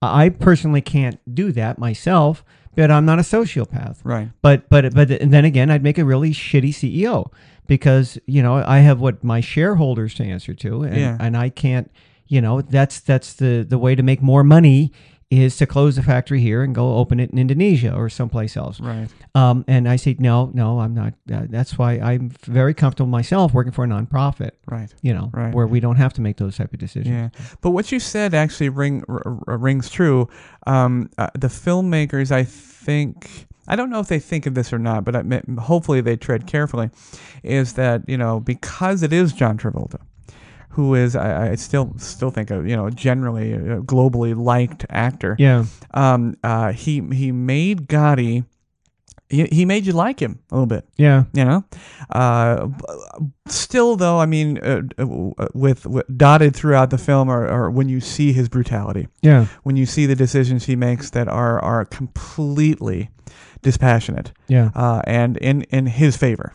Speaker 2: I personally can't do that myself, but I'm not a sociopath.
Speaker 1: Right.
Speaker 2: But but but and then again, I'd make a really shitty CEO because you know I have what my shareholders to answer to, and,
Speaker 1: Yeah.
Speaker 2: and I can't. You know that's that's the the way to make more money is to close the factory here and go open it in Indonesia or someplace else.
Speaker 1: Right.
Speaker 2: Um, and I say no, no, I'm not. Uh, that's why I'm very comfortable myself working for a nonprofit.
Speaker 1: Right.
Speaker 2: You know,
Speaker 1: Right.
Speaker 2: where we don't have to make those type of decisions.
Speaker 1: Yeah, but what you said actually ring r- r- rings true. Um, uh, the filmmakers, I think, I don't know if they think of this or not, but I, me- hopefully they tread carefully. Is that you know because it is John Travolta, who is I, I still still think of you know generally a globally liked actor.
Speaker 2: Yeah.
Speaker 1: Um, uh, he he made Gotti he he made you like him a little bit.
Speaker 2: Yeah.
Speaker 1: You know, uh, b- still though, I mean, uh, uh, with, with dotted throughout the film, are, are when you see his brutality,
Speaker 2: Yeah.
Speaker 1: when you see the decisions he makes that are are completely dispassionate
Speaker 2: Yeah.
Speaker 1: uh, and in in his favor,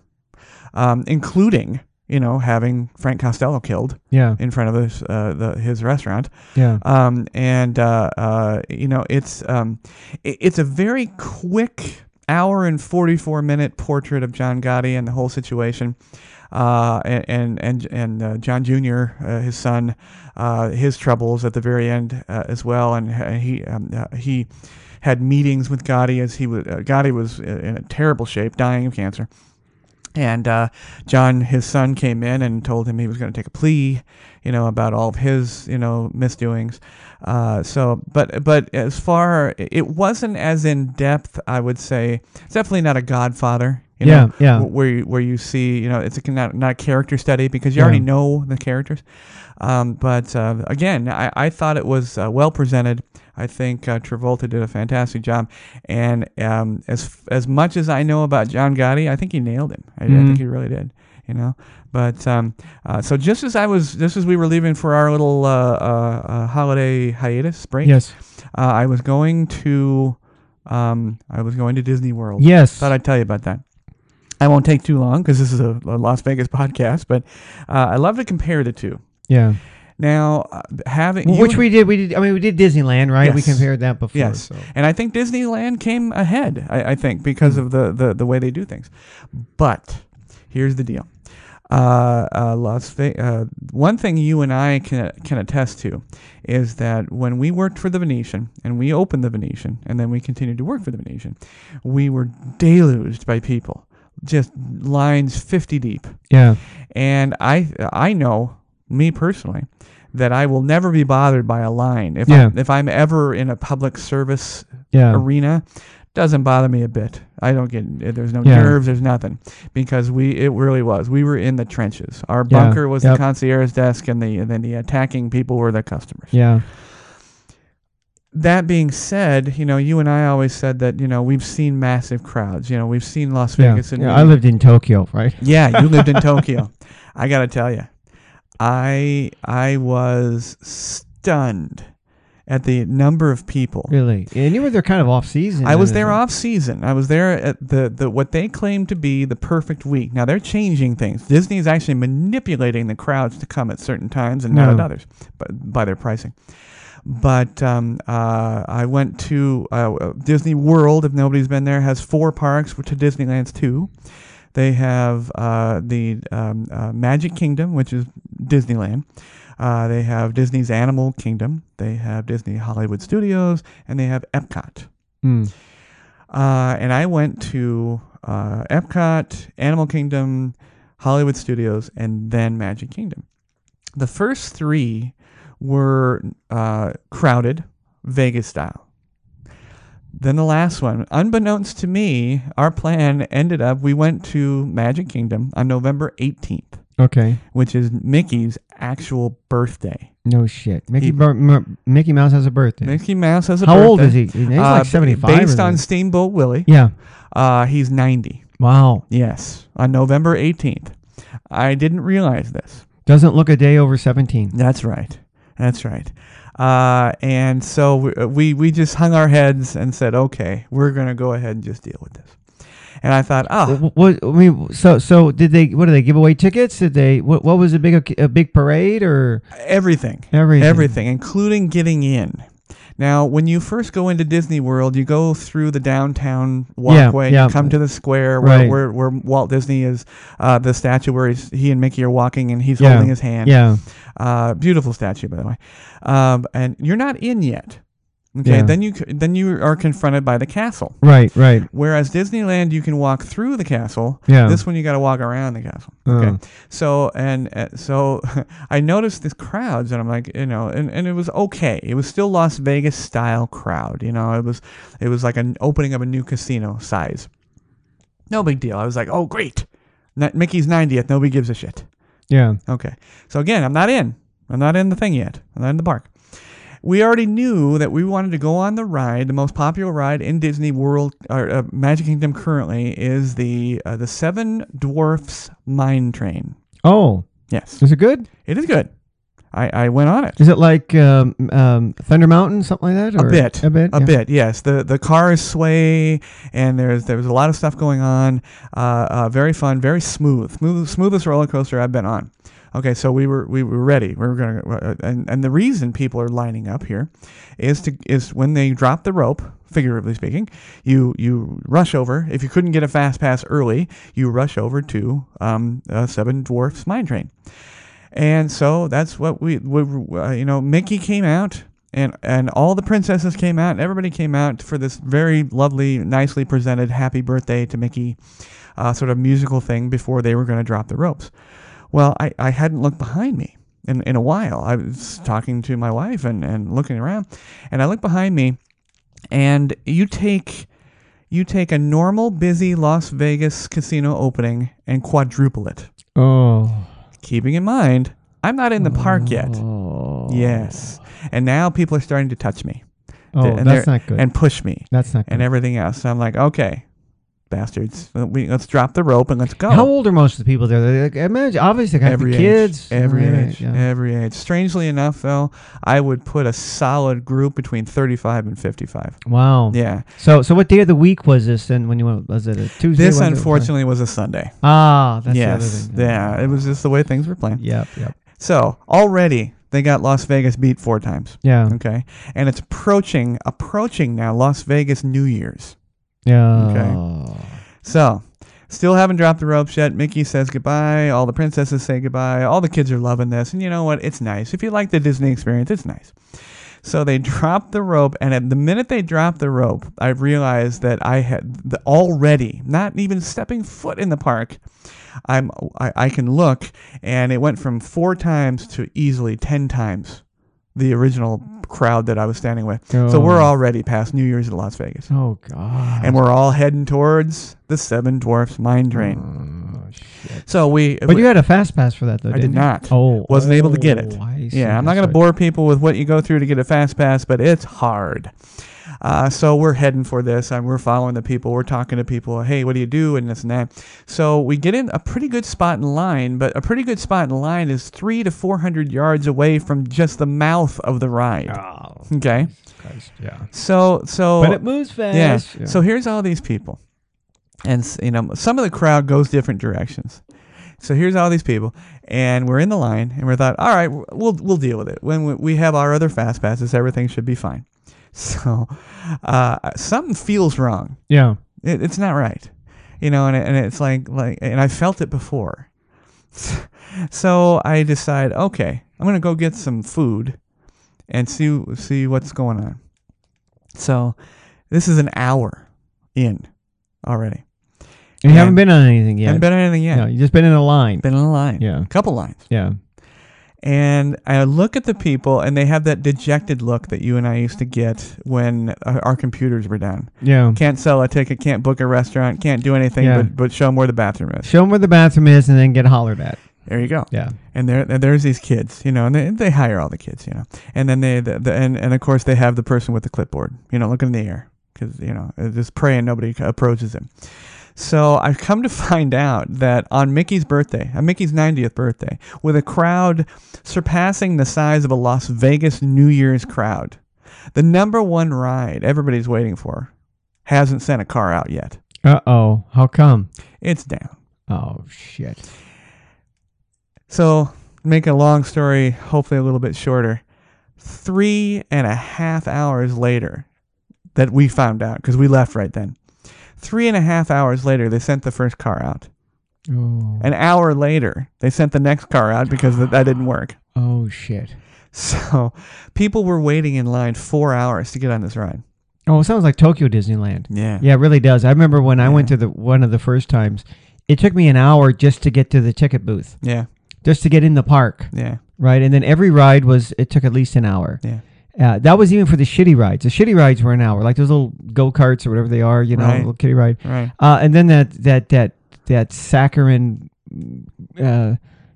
Speaker 1: um, including you know having Frank Costello killed
Speaker 2: Yeah.
Speaker 1: in front of his uh, the, his restaurant.
Speaker 2: Yeah.
Speaker 1: Um, and uh, uh, you know it's um, i- it's a very quick hour and 44 minute portrait of John Gotti and the whole situation. Uh, and and and, and uh, John Jr., uh, his son, uh, his troubles at the very end uh, as well, and uh, he um, uh, he had meetings with Gotti as he was uh, Gotti was in in a terrible shape, dying of cancer, and uh, John, his son, came in and told him he was going to take a plea, you know, about all of his, you know, misdoings. Uh, so, but but as far it wasn't as in depth, I would say it's definitely not a Godfather. You
Speaker 2: yeah.
Speaker 1: know,
Speaker 2: yeah.
Speaker 1: Where you, where you see, you know, it's a, not, not a character study because you
Speaker 2: Yeah.
Speaker 1: already know the characters. Um, but uh, again, I, I thought it was uh, well presented. I think uh, Travolta did a fantastic job, and um, as as much as I know about John Gotti, I think he nailed him. I, I
Speaker 2: Mhm.
Speaker 1: think he really did. You know, but um, uh, so just as I was, just as we were leaving for our little uh, uh, uh, holiday hiatus break,
Speaker 2: Yes.
Speaker 1: uh, I was going to, um, I was going to Disney World.
Speaker 2: Yes.
Speaker 1: Thought I'd tell you about that. I won't take too long because this is a, a Las Vegas podcast, but uh, I love to compare the two.
Speaker 2: yeah.
Speaker 1: Now, uh, having
Speaker 2: Well,
Speaker 1: you-
Speaker 2: which we did. We did. I mean, we did Disneyland, right? We
Speaker 1: Yes.
Speaker 2: compared that before.
Speaker 1: Yes.
Speaker 2: So.
Speaker 1: and I think Disneyland came ahead. I, I think because
Speaker 2: Hmm.
Speaker 1: of the, the the way they do things. But here's the deal. Uh, uh, Las Ve- uh, one thing you and I can can attest to is that when we worked for the Venetian and we opened the Venetian and then we continued to work for the Venetian, we were deluged by people, just lines fifty deep.
Speaker 2: Yeah.
Speaker 1: And I I know me personally that I will never be bothered by a line if
Speaker 2: Yeah.
Speaker 1: I'm, if I'm ever in a public service
Speaker 2: Yeah.
Speaker 1: arena. Doesn't bother me a bit. I don't get eh, there's no
Speaker 2: Yeah.
Speaker 1: nerves, there's nothing because we it really was. We were in the trenches. Our
Speaker 2: Yeah.
Speaker 1: bunker was
Speaker 2: Yep.
Speaker 1: the concierge desk, and the and then the attacking people were the customers
Speaker 2: Yeah.
Speaker 1: that being said, you know, you and I always said that, you know, we've seen massive crowds. You know, we've seen Las
Speaker 2: Yeah.
Speaker 1: Vegas. and
Speaker 2: Yeah, I lived in Tokyo, right?
Speaker 1: yeah, you lived in Tokyo. I got to tell you, I, I was stunned at the number of people.
Speaker 2: Really. And you were there kind of off season.
Speaker 1: I was
Speaker 2: then,
Speaker 1: there
Speaker 2: isn't it?
Speaker 1: off season. I was there at the, the what they claim to be the perfect week. Now they're changing things. Disney is actually manipulating the crowds to come at certain times and not
Speaker 2: No.
Speaker 1: at others, but by their pricing. But um, uh, I went to uh, Disney World. If nobody's been there, has four parks. which To Disneyland's two. They have uh, the um, uh, Magic Kingdom, which is Disneyland. Uh, they have Disney's Animal Kingdom. They have Disney Hollywood Studios, and they have Epcot.
Speaker 2: Mm.
Speaker 1: Uh, and I went to uh, Epcot, Animal Kingdom, Hollywood Studios, and then Magic Kingdom. The first three were uh, crowded, Vegas style. Then the last one, unbeknownst to me, our plan ended up we went to Magic Kingdom on November 18th,
Speaker 2: Okay.
Speaker 1: which is Mickey's actual birthday.
Speaker 2: No shit. Mickey
Speaker 1: He-
Speaker 2: Bur- M- Mickey Mouse has a birthday.
Speaker 1: Mickey Mouse has a
Speaker 2: How
Speaker 1: birthday.
Speaker 2: old is he? He's like
Speaker 1: Uh,
Speaker 2: seventy five.
Speaker 1: Based on Steamboat Willie,
Speaker 2: Yeah.
Speaker 1: uh, he's 90.
Speaker 2: Wow.
Speaker 1: Yes, on November 18th. I didn't realize this.
Speaker 2: Doesn't look a day over seventeen.
Speaker 1: That's right. That's right. Uh, and so we, uh, we we just hung our heads and said, okay, we're gonna go ahead and just deal with this. And I thought, ah,
Speaker 2: Wh- What, I mean, so so did they? What did they give away tickets? Did they? What, what was a big a big parade or
Speaker 1: everything,
Speaker 2: everything?
Speaker 1: everything, including getting in. Now, when you first go into Disney World, you go through the downtown walkway,
Speaker 2: yeah.
Speaker 1: you come to the square
Speaker 2: Right.
Speaker 1: where, where, where Walt Disney is, uh, the statue where he's, he and Mickey are walking, and he's
Speaker 2: Yeah.
Speaker 1: holding his hand.
Speaker 2: Yeah.
Speaker 1: Uh, beautiful statue, by the way. Um, and you're not in yet. Okay,
Speaker 2: Yeah.
Speaker 1: then you c- then you are confronted by the castle.
Speaker 2: Right. Right.
Speaker 1: Whereas Disneyland, you can walk through the castle.
Speaker 2: Yeah.
Speaker 1: This one, you got to walk around the castle. Okay.
Speaker 2: Uh,
Speaker 1: So and uh, so, I noticed these crowds, and I'm like, you know, and, and it was okay. It was still Las Vegas style crowd. You know, it was it was like an opening of a new casino size. No big deal. I was like, oh great, Ni- Mickey's 90th. Nobody gives a shit.
Speaker 2: yeah.
Speaker 1: Okay. So again, I'm not in. I'm not in the thing yet. I'm not in the park. we already knew that we wanted to go on the ride. The most popular ride in Disney World or uh, Magic Kingdom currently is the uh, the Seven Dwarfs Mine Train.
Speaker 2: Oh,
Speaker 1: Yes,
Speaker 2: is it good?
Speaker 1: it is good. I, I went on it.
Speaker 2: Is it like um, um, Thunder Mountain, something like that?
Speaker 1: A
Speaker 2: or-
Speaker 1: bit,
Speaker 2: A bit.
Speaker 1: A
Speaker 2: yeah.
Speaker 1: bit, yes. The the cars sway, and there's there was a lot of stuff going on. Uh, uh, very fun, very smooth, smooth, smoothest roller coaster I've been on. Okay, so we were we were ready. We were gonna, uh, and and the reason people are lining up here, is to is when they drop the rope, figuratively speaking, you you rush over. If you couldn't get a fast pass early, you rush over to um, uh, Seven Dwarfs Mine Train. And so that's what we, we uh, you know, Mickey came out and, and all the princesses came out. and Everybody came out for this very lovely, nicely presented happy birthday to Mickey uh, sort of musical thing before they were going to drop the ropes. Well, I, I hadn't looked behind me in, in a while. I was talking to my wife and, and looking around, and I look behind me, and you take. You take a normal, busy Las Vegas casino opening and quadruple it
Speaker 2: Oh.
Speaker 1: keeping in mind, I'm not in the park yet.
Speaker 2: Oh.
Speaker 1: Yes. And now people are starting to touch me
Speaker 2: Oh,
Speaker 1: and
Speaker 2: that's
Speaker 1: they're-
Speaker 2: not good.
Speaker 1: and push me
Speaker 2: that's not good.
Speaker 1: and everything else. And I'm like, okay, bastards, let- we, let's drop the rope and let's go.
Speaker 2: How old are most of the people there? They're Like, imagine, obviously, they got
Speaker 1: oh. every
Speaker 2: the
Speaker 1: age,
Speaker 2: kids.
Speaker 1: Every
Speaker 2: Right,
Speaker 1: age.
Speaker 2: yeah.
Speaker 1: Every age. Strangely enough, though, I would put a solid group between 35 and 55.
Speaker 2: Wow.
Speaker 1: Yeah.
Speaker 2: So, so what day of the week was this? And when you went, was it a Tuesday?
Speaker 1: This,
Speaker 2: Wednesday, Wednesday?
Speaker 1: unfortunately, was a Sunday.
Speaker 2: Ah, that's
Speaker 1: yes.
Speaker 2: the other thing.
Speaker 1: Yeah. It was just the way things were planned.
Speaker 2: Yep. Yep.
Speaker 1: So already they got Las Vegas beat four times.
Speaker 2: Yeah.
Speaker 1: Okay. And it's approaching approaching now Las Vegas New Year's.
Speaker 2: Yeah. Oh.
Speaker 1: So still haven't dropped the ropes yet. Mickey says goodbye. All the princesses say goodbye. All the kids are loving this. And you know what? It's nice. If you like the Disney experience, it's nice. So they drop the rope, and at the minute they drop the rope, I realized that I had the, already not even stepping foot in the park. I'm I, I can look, and it went from four times to easily ten times the original crowd that I was standing with. So we're
Speaker 2: Oh.
Speaker 1: already past New Year's in Las Vegas
Speaker 2: Oh God.
Speaker 1: and we're all heading towards the Seven Dwarfs Mine Train.
Speaker 2: Oh, shit.
Speaker 1: So we,
Speaker 2: But you had a fast pass for that, though.
Speaker 1: I did
Speaker 2: didn't you?
Speaker 1: not.
Speaker 2: Oh,
Speaker 1: Wasn't able to get
Speaker 2: oh,
Speaker 1: it.
Speaker 2: I see.
Speaker 1: yeah, I'm not
Speaker 2: That's
Speaker 1: going to
Speaker 2: right.
Speaker 1: bore people with what you go through to get a fast pass, but it's hard. Uh, so we're heading for this, and we're following the people. We're talking to people. Hey, what do you do? And this and that. So we get in a pretty good spot in line, but a pretty good spot in line is three to four hundred yards away from just the mouth of the ride.
Speaker 2: Oh,
Speaker 1: Okay.
Speaker 2: Christ, yeah.
Speaker 1: So so
Speaker 2: But it moves
Speaker 1: Yeah.
Speaker 2: fast.
Speaker 1: So here's all these people, and s- you know some of the crowd goes different directions. So here's all these people, and we're in the line, and we thought, all right, w- we'll we'll deal with it. When we- we have our other fast passes, everything should be fine. So uh, something feels wrong.
Speaker 2: yeah.
Speaker 1: It, it's not right, you know. And it- and it's like like, and I felt it before. So I decide, okay, I'm gonna go get some food, and see see what's going on. So this is an hour in already.
Speaker 2: And you haven't
Speaker 1: And-
Speaker 2: been on anything
Speaker 1: Yeah.
Speaker 2: yet.
Speaker 1: Haven't been on anything yet.
Speaker 2: No, you've just been in a line.
Speaker 1: Been in a line.
Speaker 2: Yeah.
Speaker 1: A couple lines.
Speaker 2: Yeah.
Speaker 1: And I look at the people, and they have that dejected look that you and I used to get when our our computers were down.
Speaker 2: Yeah.
Speaker 1: Can't sell a ticket, can't book a restaurant, can't do anything
Speaker 2: Yeah.
Speaker 1: but, but show them where the bathroom is.
Speaker 2: Show them where the bathroom is and then get hollered at.
Speaker 1: There you go.
Speaker 2: Yeah.
Speaker 1: and there and there's these kids, you know, and they, they hire all the kids, you know, and then they the, the, and and of course they have the person with the clipboard, you know, looking in the air because you know uh, just praying nobody c- approaches him. So I've come to find out that on Mickey's birthday, on Mickey's 90th birthday, with a crowd surpassing the size of a Las Vegas New Year's crowd, the number one ride everybody's waiting for hasn't sent a car out yet.
Speaker 2: Uh oh. How come?
Speaker 1: It's down.
Speaker 2: Oh shit.
Speaker 1: So, make a long story hopefully a little bit shorter. Three and a half hours later, that we found out because we left right then. Three and a half hours later, they sent the first car out.
Speaker 2: Oh.
Speaker 1: An hour later, they sent the next car out because that, that didn't work.
Speaker 2: oh shit.
Speaker 1: So, people were waiting in line four hours to get on this ride.
Speaker 2: Oh, it sounds like Tokyo Disneyland.
Speaker 1: Yeah.
Speaker 2: Yeah, it really does. I remember when I went
Speaker 1: Yeah.
Speaker 2: to the one of the first times, it took me an hour just to get to the ticket booth,
Speaker 1: Yeah.
Speaker 2: just to get in the park,
Speaker 1: Yeah.
Speaker 2: right? And then every ride was it took at least an hour.
Speaker 1: Yeah.
Speaker 2: Uh, that was even for the shitty rides. The shitty rides were an hour, like those little go karts or whatever they are, you know,
Speaker 1: Right.
Speaker 2: little kiddie ride.
Speaker 1: Right.
Speaker 2: Uh, and then that that that that saccharine, uh,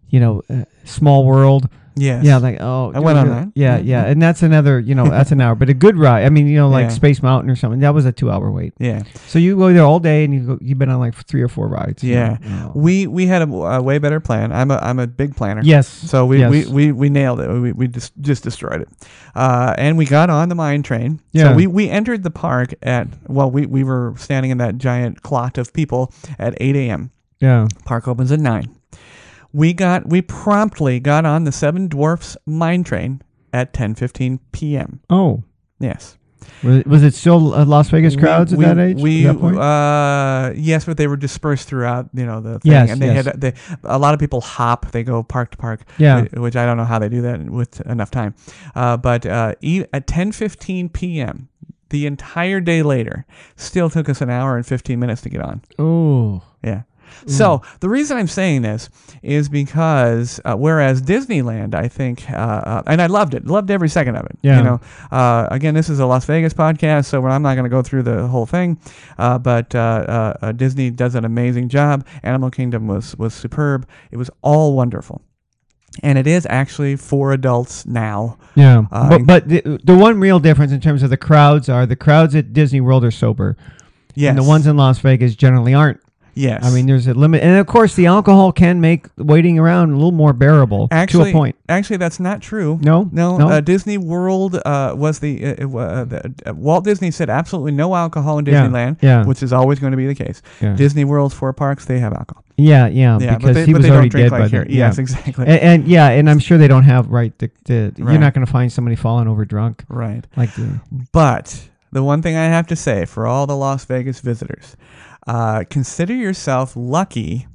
Speaker 2: you know, uh, small world
Speaker 1: Yes.
Speaker 2: Yeah, like oh,
Speaker 1: I went on
Speaker 2: yeah,
Speaker 1: that.
Speaker 2: Yeah,
Speaker 1: Mhm.
Speaker 2: yeah, and that's another, you know, that's an hour, but a good ride. I mean, you know, like
Speaker 1: Yeah.
Speaker 2: Space Mountain or something. That was a two-hour wait.
Speaker 1: yeah.
Speaker 2: So you go there all day, and you go, you've been on like three or four rides. you
Speaker 1: Yeah.
Speaker 2: know, you know.
Speaker 1: We we had a, a way better plan. I'm a I'm a big planner.
Speaker 2: Yes.
Speaker 1: So we,
Speaker 2: yes.
Speaker 1: we, we, we nailed it. We, we just, just destroyed it. Uh, and we got on the mine train.
Speaker 2: Yeah.
Speaker 1: So we, we entered the park at, well, we, we were standing in that giant clot of people at 8 a.m.
Speaker 2: yeah.
Speaker 1: Park opens at 9. We got, we promptly got on the Seven Dwarfs mine train at 10.15 p.m.
Speaker 2: Oh,
Speaker 1: Yes.
Speaker 2: was it, was it still uh, Las Vegas
Speaker 1: We-
Speaker 2: crowds
Speaker 1: we-
Speaker 2: at that age?
Speaker 1: We,
Speaker 2: at that point?
Speaker 1: Uh, yes, but they were dispersed throughout, you know, the thing.
Speaker 2: Yes,
Speaker 1: and they
Speaker 2: yes.
Speaker 1: had, they, a lot of people hop, they go park to park.
Speaker 2: yeah.
Speaker 1: whi- which I don't know how they do that with enough time. Uh, but uh, e- at 10:15 p.m. the entire day later, still took us an hour and 15 minutes to get on.
Speaker 2: oh.
Speaker 1: Yeah. So the reason I'm saying this is because uh, whereas Disneyland, I think, uh, uh, and I loved it, loved every second of it.
Speaker 2: Yeah.
Speaker 1: You know, uh, again, this is a Las Vegas podcast, so I'm not going to go through the whole thing. Uh, but uh, uh, uh, Disney does an amazing job. Animal Kingdom was was superb. It was all wonderful, and it is actually for adults now.
Speaker 2: Yeah,
Speaker 1: Uh,
Speaker 2: but
Speaker 1: in-
Speaker 2: but the, the one real difference in terms of the crowds are the crowds at Disney World are sober,
Speaker 1: Yes.
Speaker 2: and the ones in Las Vegas generally aren't.
Speaker 1: Yes.
Speaker 2: I mean, there's a limit, and of course, the alcohol can make waiting around a little more bearable
Speaker 1: actually,
Speaker 2: to a point.
Speaker 1: Actually, that's not true.
Speaker 2: No,
Speaker 1: No, Uh, Disney World uh, was the, uh, it wa- uh, the uh, Walt Disney said absolutely no alcohol in
Speaker 2: Yeah,
Speaker 1: Disneyland,
Speaker 2: yeah.
Speaker 1: which is always going to be the case.
Speaker 2: yeah.
Speaker 1: Disney World's four parks they have alcohol.
Speaker 2: yeah, yeah,
Speaker 1: Yeah,
Speaker 2: because
Speaker 1: but they,
Speaker 2: he
Speaker 1: but
Speaker 2: was
Speaker 1: they
Speaker 2: already
Speaker 1: don't drink
Speaker 2: dead
Speaker 1: like
Speaker 2: by
Speaker 1: here.
Speaker 2: then.
Speaker 1: Yes,
Speaker 2: yeah. Eh.
Speaker 1: exactly.
Speaker 2: And, and yeah, and I'm sure they don't have right. The, the you're
Speaker 1: Right.
Speaker 2: not going to find somebody falling over drunk
Speaker 1: right.
Speaker 2: like the,
Speaker 1: But the one thing I have to say for all the Las Vegas visitors, uh, consider yourself lucky.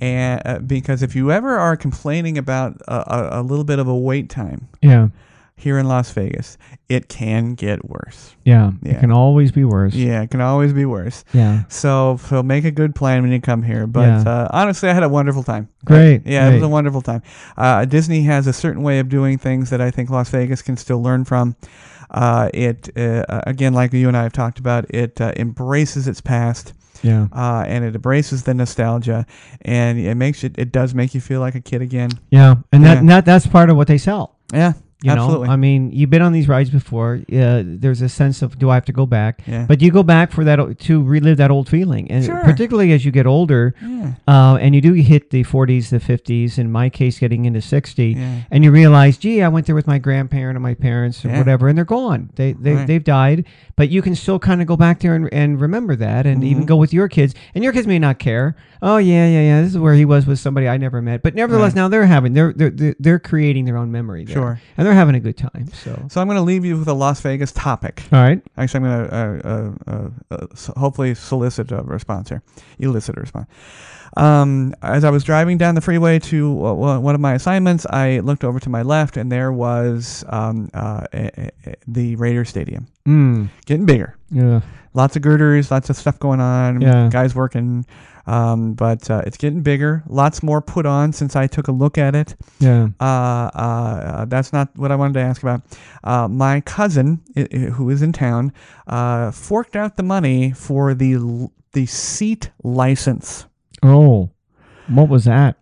Speaker 1: And, uh, because if you ever are complaining about a, a, a little bit of a wait time
Speaker 2: yeah,
Speaker 1: here in Las Vegas, it can get worse.
Speaker 2: yeah, It
Speaker 1: Yeah.
Speaker 2: can always be worse.
Speaker 1: Yeah, it can always be worse.
Speaker 2: Yeah.
Speaker 1: So, so make a good plan when you come here. But
Speaker 2: Yeah.
Speaker 1: uh, honestly, I had a wonderful time.
Speaker 2: Great.
Speaker 1: Yeah, it was
Speaker 2: great.
Speaker 1: a wonderful time. Uh, Disney has a certain way of doing things that I think Las Vegas can still learn from. Uh, it uh, uh, again, like you and I have talked about, it uh, embraces its past
Speaker 2: yeah,
Speaker 1: uh, and it embraces the nostalgia, and it makes it. It does make you feel like a kid again.
Speaker 2: yeah, and that,
Speaker 1: Yeah.
Speaker 2: and that that's part of what they sell.
Speaker 1: Yeah,
Speaker 2: You
Speaker 1: absolutely.
Speaker 2: know, I mean, you've been on these rides before. Uh, there's a sense of do I have to go back?
Speaker 1: yeah,
Speaker 2: But you go back for that o- to relive that old feeling, and
Speaker 1: Sure.
Speaker 2: particularly as you get older,
Speaker 1: yeah,
Speaker 2: uh, and you do hit the 40s, the 50s. In my case, getting into 60,
Speaker 1: yeah,
Speaker 2: and you realize, gee, I went there with my grandparent and my parents or
Speaker 1: Yeah.
Speaker 2: whatever, and they're gone. They, they
Speaker 1: Right.
Speaker 2: they've died, but you can still kind of go back there and, and remember that, and even
Speaker 1: Mhm.
Speaker 2: go with your kids. And your kids may not care. Oh yeah, yeah, yeah. This is where he was with somebody I never met, but nevertheless,
Speaker 1: Right.
Speaker 2: now they're having they're they're they're, they're creating their own memory. There
Speaker 1: sure.
Speaker 2: and they're having a good time. So,
Speaker 1: So I'm going to leave you with a Las Vegas topic.
Speaker 2: all right,
Speaker 1: Actually, I'm going to uh, uh, uh, uh, so- hopefully solicit a response here, elicit a response. Um, as I was driving down the freeway to uh, one one of my assignments, I looked over to my left, and there was um, uh, a- a- a- the Raider Stadium
Speaker 2: mm.
Speaker 1: getting bigger.
Speaker 2: yeah,
Speaker 1: Lots of girders, lots of stuff going on,
Speaker 2: Yeah.
Speaker 1: guys working, um, but uh, it's getting bigger. Lots more put on since I took a look at it.
Speaker 2: yeah,
Speaker 1: Uh, uh, that's not what I wanted to ask about. Uh, my cousin, i- i- who is in town, uh, forked out the money for the l- the seat license.
Speaker 2: oh, what was that?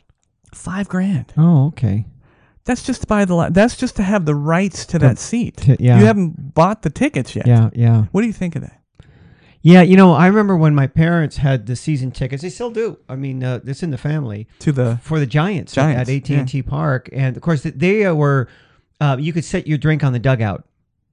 Speaker 1: Five grand.
Speaker 2: Oh, okay,
Speaker 1: That's just to buy the. Li- that's just to have the rights to that seat.
Speaker 2: T- yeah,
Speaker 1: You haven't bought the tickets yet.
Speaker 2: yeah, yeah,
Speaker 1: What do you think of that?
Speaker 2: yeah. You know, I remember when my parents had the season tickets. They still do. I mean, uh, it's in the family
Speaker 1: To the
Speaker 2: for the Giants,
Speaker 1: Giants,
Speaker 2: at AT and T Park, and of course th- they uh, were. Uh, you could set your drink on the dugout.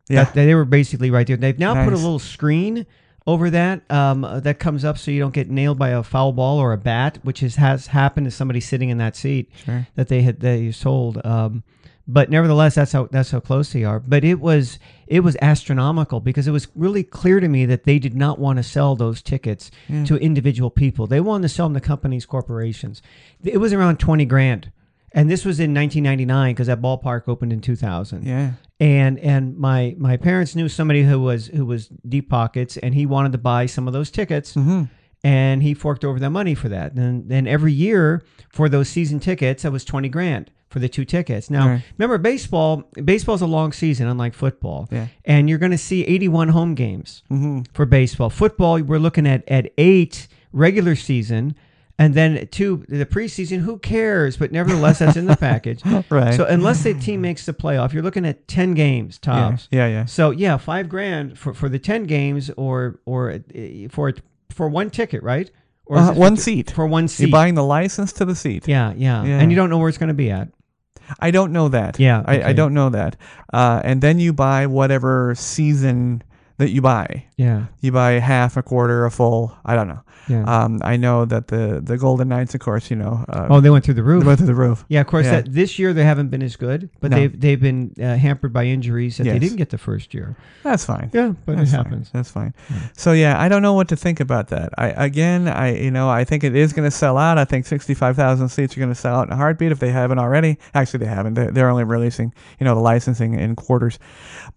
Speaker 1: yeah.
Speaker 2: That- they were basically right there. They've now put a
Speaker 1: Nice.
Speaker 2: little screen over that um, uh, that comes up so you don't get nailed by a foul ball or a bat, which is, has happened to somebody sitting in that seat.
Speaker 1: Sure.
Speaker 2: that they had they sold. Um, but nevertheless, that's how that's how close they are. But it was it was astronomical because it was really clear to me that they did not want to sell those tickets
Speaker 1: Yeah.
Speaker 2: to individual people. They wanted to sell them to companies, corporations. It was around twenty grand, and this was in 1999 because that ballpark opened in 2000
Speaker 1: Yeah.
Speaker 2: and and my my parents knew somebody who was who was deep pockets and he wanted to buy some of those tickets
Speaker 1: Mm-hmm.
Speaker 2: and he forked over the money for that and then every year for those season tickets that was 20 grand for the two tickets now
Speaker 1: Right.
Speaker 2: remember baseball baseball's a long season unlike football
Speaker 1: Yeah.
Speaker 2: and you're going to see 81 home games
Speaker 1: Mm-hmm.
Speaker 2: for baseball. Football, we're looking at at eight regular season, And then two, the preseason, who cares? But nevertheless, that's in the package.
Speaker 1: Right.
Speaker 2: So unless the team makes the playoff, you're looking at ten games
Speaker 1: yeah,
Speaker 2: tops.
Speaker 1: yeah, yeah.
Speaker 2: So yeah, five grand for, for the ten games, or or uh, for for one ticket, right? Or is
Speaker 1: Uh,
Speaker 2: it
Speaker 1: one
Speaker 2: for-
Speaker 1: seat.
Speaker 2: for one
Speaker 1: You're
Speaker 2: seat.
Speaker 1: buying the license to the seat.
Speaker 2: yeah, yeah,
Speaker 1: Yeah.
Speaker 2: and you don't know where it's going to be at.
Speaker 1: I don't know that.
Speaker 2: Yeah,
Speaker 1: I, I
Speaker 2: okay.
Speaker 1: don't know that. Uh, and then you buy whatever season that you buy.
Speaker 2: Yeah,
Speaker 1: You buy half, a quarter, a full. I don't know.
Speaker 2: yeah.
Speaker 1: Um, I know that the the Golden Knights, of course, you know, uh,
Speaker 2: oh, they went through the
Speaker 1: they
Speaker 2: roof.
Speaker 1: went through the roof.
Speaker 2: Yeah, of course.
Speaker 1: Yeah.
Speaker 2: That this year they haven't been as good, but
Speaker 1: No.
Speaker 2: they've they've been uh, hampered by injuries that they
Speaker 1: Yes.
Speaker 2: didn't get the first year.
Speaker 1: That's fine.
Speaker 2: Yeah, but
Speaker 1: That's
Speaker 2: it
Speaker 1: fine.
Speaker 2: happens.
Speaker 1: That's fine. So yeah, I don't know what to think about that. I again, I you know, I think it is going to sell out. I think sixty-five thousand seats are going to sell out in a heartbeat if they haven't already. Actually, they haven't. They're, they're only releasing you know the licensing in quarters,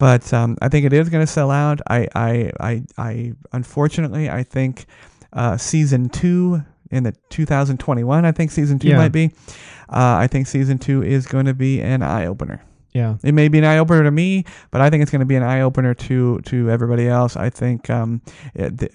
Speaker 1: but um, I think it is going to sell out. I I I, I unfortunately I think uh, season two in the 2021 I think season two
Speaker 2: Yeah.
Speaker 1: might be. Uh, I think season two is going to be an eye opener.
Speaker 2: Yeah,
Speaker 1: It may be an eye opener to me, but I think it's going to be an eye opener to to everybody else. I think um, it, th-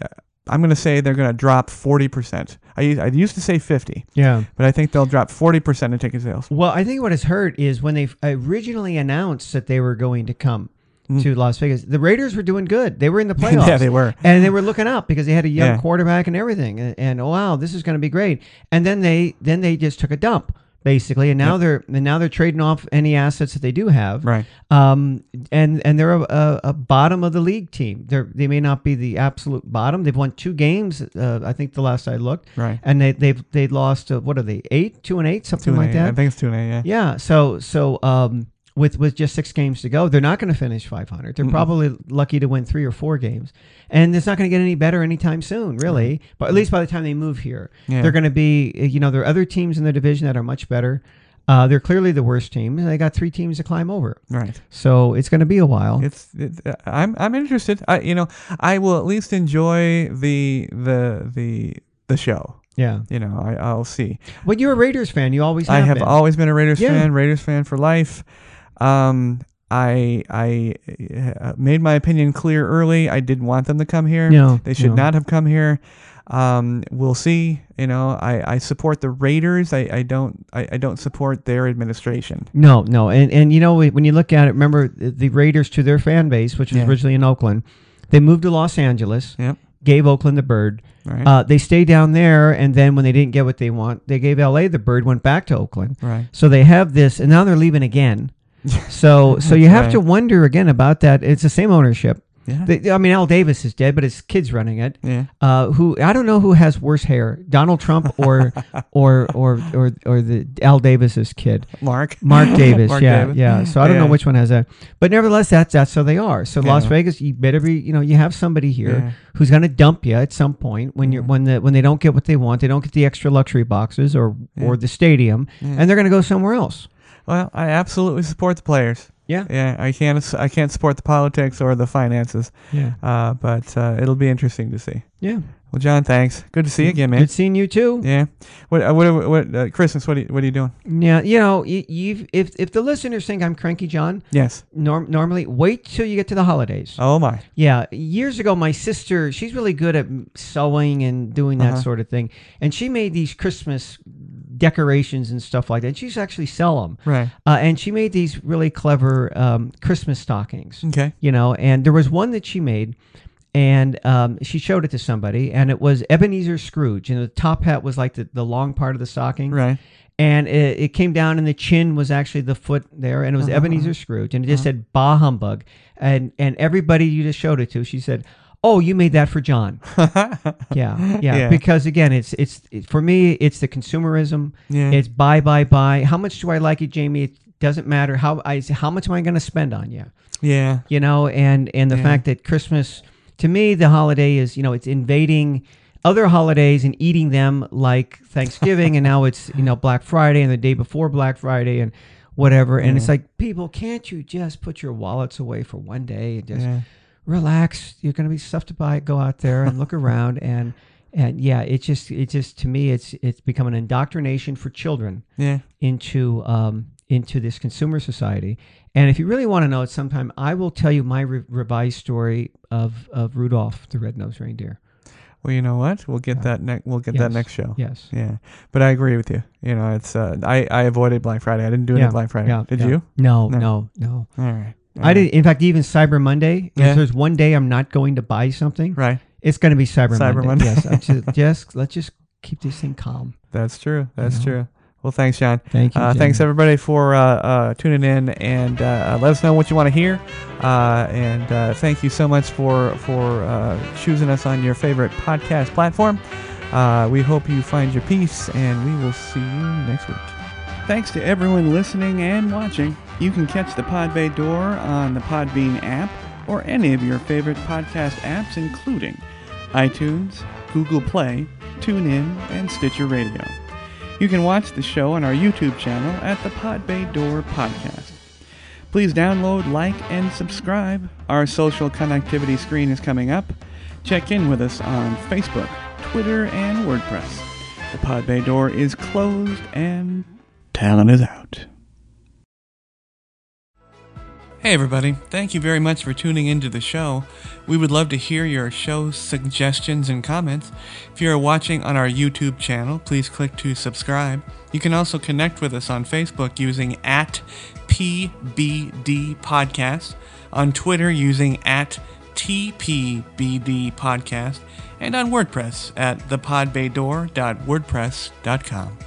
Speaker 1: I'm going to say they're going to drop 40 percent. I u- I used to say 50,
Speaker 2: yeah.
Speaker 1: but I think they'll drop 40 percent in ticket sales.
Speaker 2: Well, I think what has hurt is when they originally announced that they were going to come
Speaker 1: Mm.
Speaker 2: to Las Vegas. The Raiders were doing good; they were in the playoffs.
Speaker 1: yeah, they were.
Speaker 2: and they were looking up because they had a young
Speaker 1: Yeah.
Speaker 2: quarterback and everything. And, and oh wow, this is going to be great. And then they then they just took a dump basically, and now they're and now they're trading off any assets that they do have.
Speaker 1: Right.
Speaker 2: Um, and and they're a, a, a bottom of the league team. They are they may not be the absolute bottom. They've won two games, uh, I think the last I looked.
Speaker 1: Right.
Speaker 2: And they they've they lost uh, what are they eight two and eight something
Speaker 1: Two and
Speaker 2: like
Speaker 1: eight.
Speaker 2: that.
Speaker 1: I think it's two and eight. Yeah.
Speaker 2: Yeah. So so um, with with just six games to go, they're not going to finish 500. They're probably lucky to win three or four games, and it's not going to get any better anytime soon, really. But at least by the time they move here,
Speaker 1: Mm-hmm. Yeah.
Speaker 2: they're going to be eh, you know there are other teams in the division that are much better. Uh, they're clearly the worst team, and they got three teams to climb over.
Speaker 1: Right.
Speaker 2: So it's going to be a while.
Speaker 1: It's. It, uh, I'm. I'm interested. I. You know. I will at least enjoy the the the the show.
Speaker 2: yeah.
Speaker 1: You know. I. I'll see.
Speaker 2: But you're a Raiders fan. You always
Speaker 1: I
Speaker 2: have.
Speaker 1: have
Speaker 2: been.
Speaker 1: always been a Raiders
Speaker 2: Yeah.
Speaker 1: fan, Raiders fan for life. Um, I I uh, made my opinion clear early. I didn't want them to come here.
Speaker 2: No,
Speaker 1: they should
Speaker 2: no.
Speaker 1: not have come here. Um, we'll see. You know, I, I support the Raiders. I, I don't I, I don't support their administration.
Speaker 2: No, no, and and you know when you look at it, remember the the Raiders to their fan base, which was
Speaker 1: Yeah.
Speaker 2: originally in Oakland, they moved to Los Angeles.
Speaker 1: Yep.
Speaker 2: Gave Oakland the bird.
Speaker 1: Right.
Speaker 2: Uh, they stayed down there, and then when they didn't get what they want, they gave LA the bird. Went back to Oakland.
Speaker 1: right.
Speaker 2: So they have this, and now they're leaving again. So so you have
Speaker 1: Right.
Speaker 2: to wonder again about that. It's the same ownership.
Speaker 1: Yeah.
Speaker 2: They, I mean, Al Davis is dead, but his kids running it.
Speaker 1: yeah.
Speaker 2: Uh, who I don't know who has worse hair, Donald Trump or or or or or the Al Davis's kid.
Speaker 1: Mark.
Speaker 2: Mark Davis,
Speaker 1: Mark
Speaker 2: yeah,
Speaker 1: Davis.
Speaker 2: yeah. So I don't know
Speaker 1: Yeah.
Speaker 2: which one has that, but nevertheless, that's that's how they are. So Las
Speaker 1: Yeah.
Speaker 2: Vegas, you better be, you know, you have somebody here
Speaker 1: Yeah.
Speaker 2: who's going to dump you at some point when you're when the when they don't get what they want, they don't get the extra luxury boxes or or the stadium, and they're going to go somewhere else.
Speaker 1: Well, I absolutely support the players.
Speaker 2: Yeah,
Speaker 1: Yeah, I can't I can't support the politics or the finances.
Speaker 2: yeah,
Speaker 1: Uh, but uh, it'll be interesting to see.
Speaker 2: yeah.
Speaker 1: Well, John, thanks. Good to see you again, man.
Speaker 2: Good seeing you too.
Speaker 1: Yeah. What? uh, What? What? what uh, Christmas? What? Are you, what are you doing?
Speaker 2: Yeah, you know, you, you've if if the listeners think I'm cranky, John.
Speaker 1: Yes.
Speaker 2: Norm, normally, wait till you get to the holidays.
Speaker 1: Oh my.
Speaker 2: Yeah, years ago, my sister, she's really good at sewing and doing that
Speaker 1: Uh-huh.
Speaker 2: sort of thing, and she made these Christmas decorations and stuff like that. She used to actually sell them,
Speaker 1: Right.
Speaker 2: uh, and she made these really clever um, Christmas stockings.
Speaker 1: Okay.
Speaker 2: You know, and there was one that she made, and um, she showed it to somebody, and it was Ebenezer Scrooge, and the top hat was like the, the long part of the stocking,
Speaker 1: Right.
Speaker 2: and it, it came down, and the chin was actually the foot there, and it was Ebenezer Scrooge, and it just said "Bah humbug," and and everybody you just showed it to, she said, "Oh, you made that for John." yeah, yeah,
Speaker 1: Yeah.
Speaker 2: Because again, it's it's it, for me, it's the consumerism.
Speaker 1: Yeah.
Speaker 2: It's buy, buy, buy. How much do I like it, Jamie? It doesn't matter how I how much am I going to spend on you?
Speaker 1: Yeah.
Speaker 2: You know, and and the
Speaker 1: Yeah.
Speaker 2: fact that Christmas to me, the holiday is you know it's invading. Other holidays and eating them like Thanksgiving, and now it's you know Black Friday and the day before Black Friday and whatever, and it's like people, can't you just put your wallets away for one day and just
Speaker 1: Yeah.
Speaker 2: relax. You're going to be stuff to buy. Go out there and look around and and yeah, it's just it's just to me it's it's become an indoctrination for children
Speaker 1: Yeah.
Speaker 2: into um into this consumer society. And if you really want to know it sometime, I will tell you my re- revised story of of Rudolph the Red-Nosed Reindeer.
Speaker 1: Well, you know what? We'll get
Speaker 2: Yeah.
Speaker 1: that next. We'll get that
Speaker 2: Yes.
Speaker 1: next show.
Speaker 2: Yes.
Speaker 1: Yeah, but I agree with you. You know, it's uh, I I avoided Black Friday. I didn't do any
Speaker 2: Yeah,
Speaker 1: Black Friday.
Speaker 2: yeah,
Speaker 1: Did
Speaker 2: yeah.
Speaker 1: you?
Speaker 2: No,
Speaker 1: No.
Speaker 2: no, no.
Speaker 1: All right.
Speaker 2: I did. In fact, even Cyber Monday.
Speaker 1: Yeah.
Speaker 2: If there's one day I'm not going to buy something,
Speaker 1: Right.
Speaker 2: it's going to be Cyber,
Speaker 1: Cyber Monday.
Speaker 2: Monday. Yes. I ju- just let's just keep this thing calm.
Speaker 1: That's true. That's
Speaker 2: know.
Speaker 1: true. Well, thanks, John.
Speaker 2: Thank you.
Speaker 1: Uh, thanks
Speaker 2: Jen.
Speaker 1: everybody for uh, uh, tuning in and uh, let us know what you want to hear. Uh, and uh, thank you so much for for uh, choosing us on your favorite podcast platform. Uh, we hope you find your peace, and we will see you next week. Thanks to everyone listening and watching. You can catch the Podbay Door on the Podbean app or any of your favorite podcast apps, including iTunes, Google Play, TuneIn, and Stitcher Radio. You can watch the show on our YouTube channel at the Podbay Door Podcast. Please download, like, and subscribe. Our social connectivity screen is coming up. Check in with us on Facebook, Twitter, and WordPress. The Podbay Door is closed and talent is out. Hey, everybody. Thank you very much for tuning into the show. We would love to hear your show suggestions and comments. If you are watching on our YouTube channel, please click to subscribe. You can also connect with us on Facebook using at PBD Podcast, on Twitter using at TPBD Podcast, and on WordPress at thepodbaydoor.wordpress.com.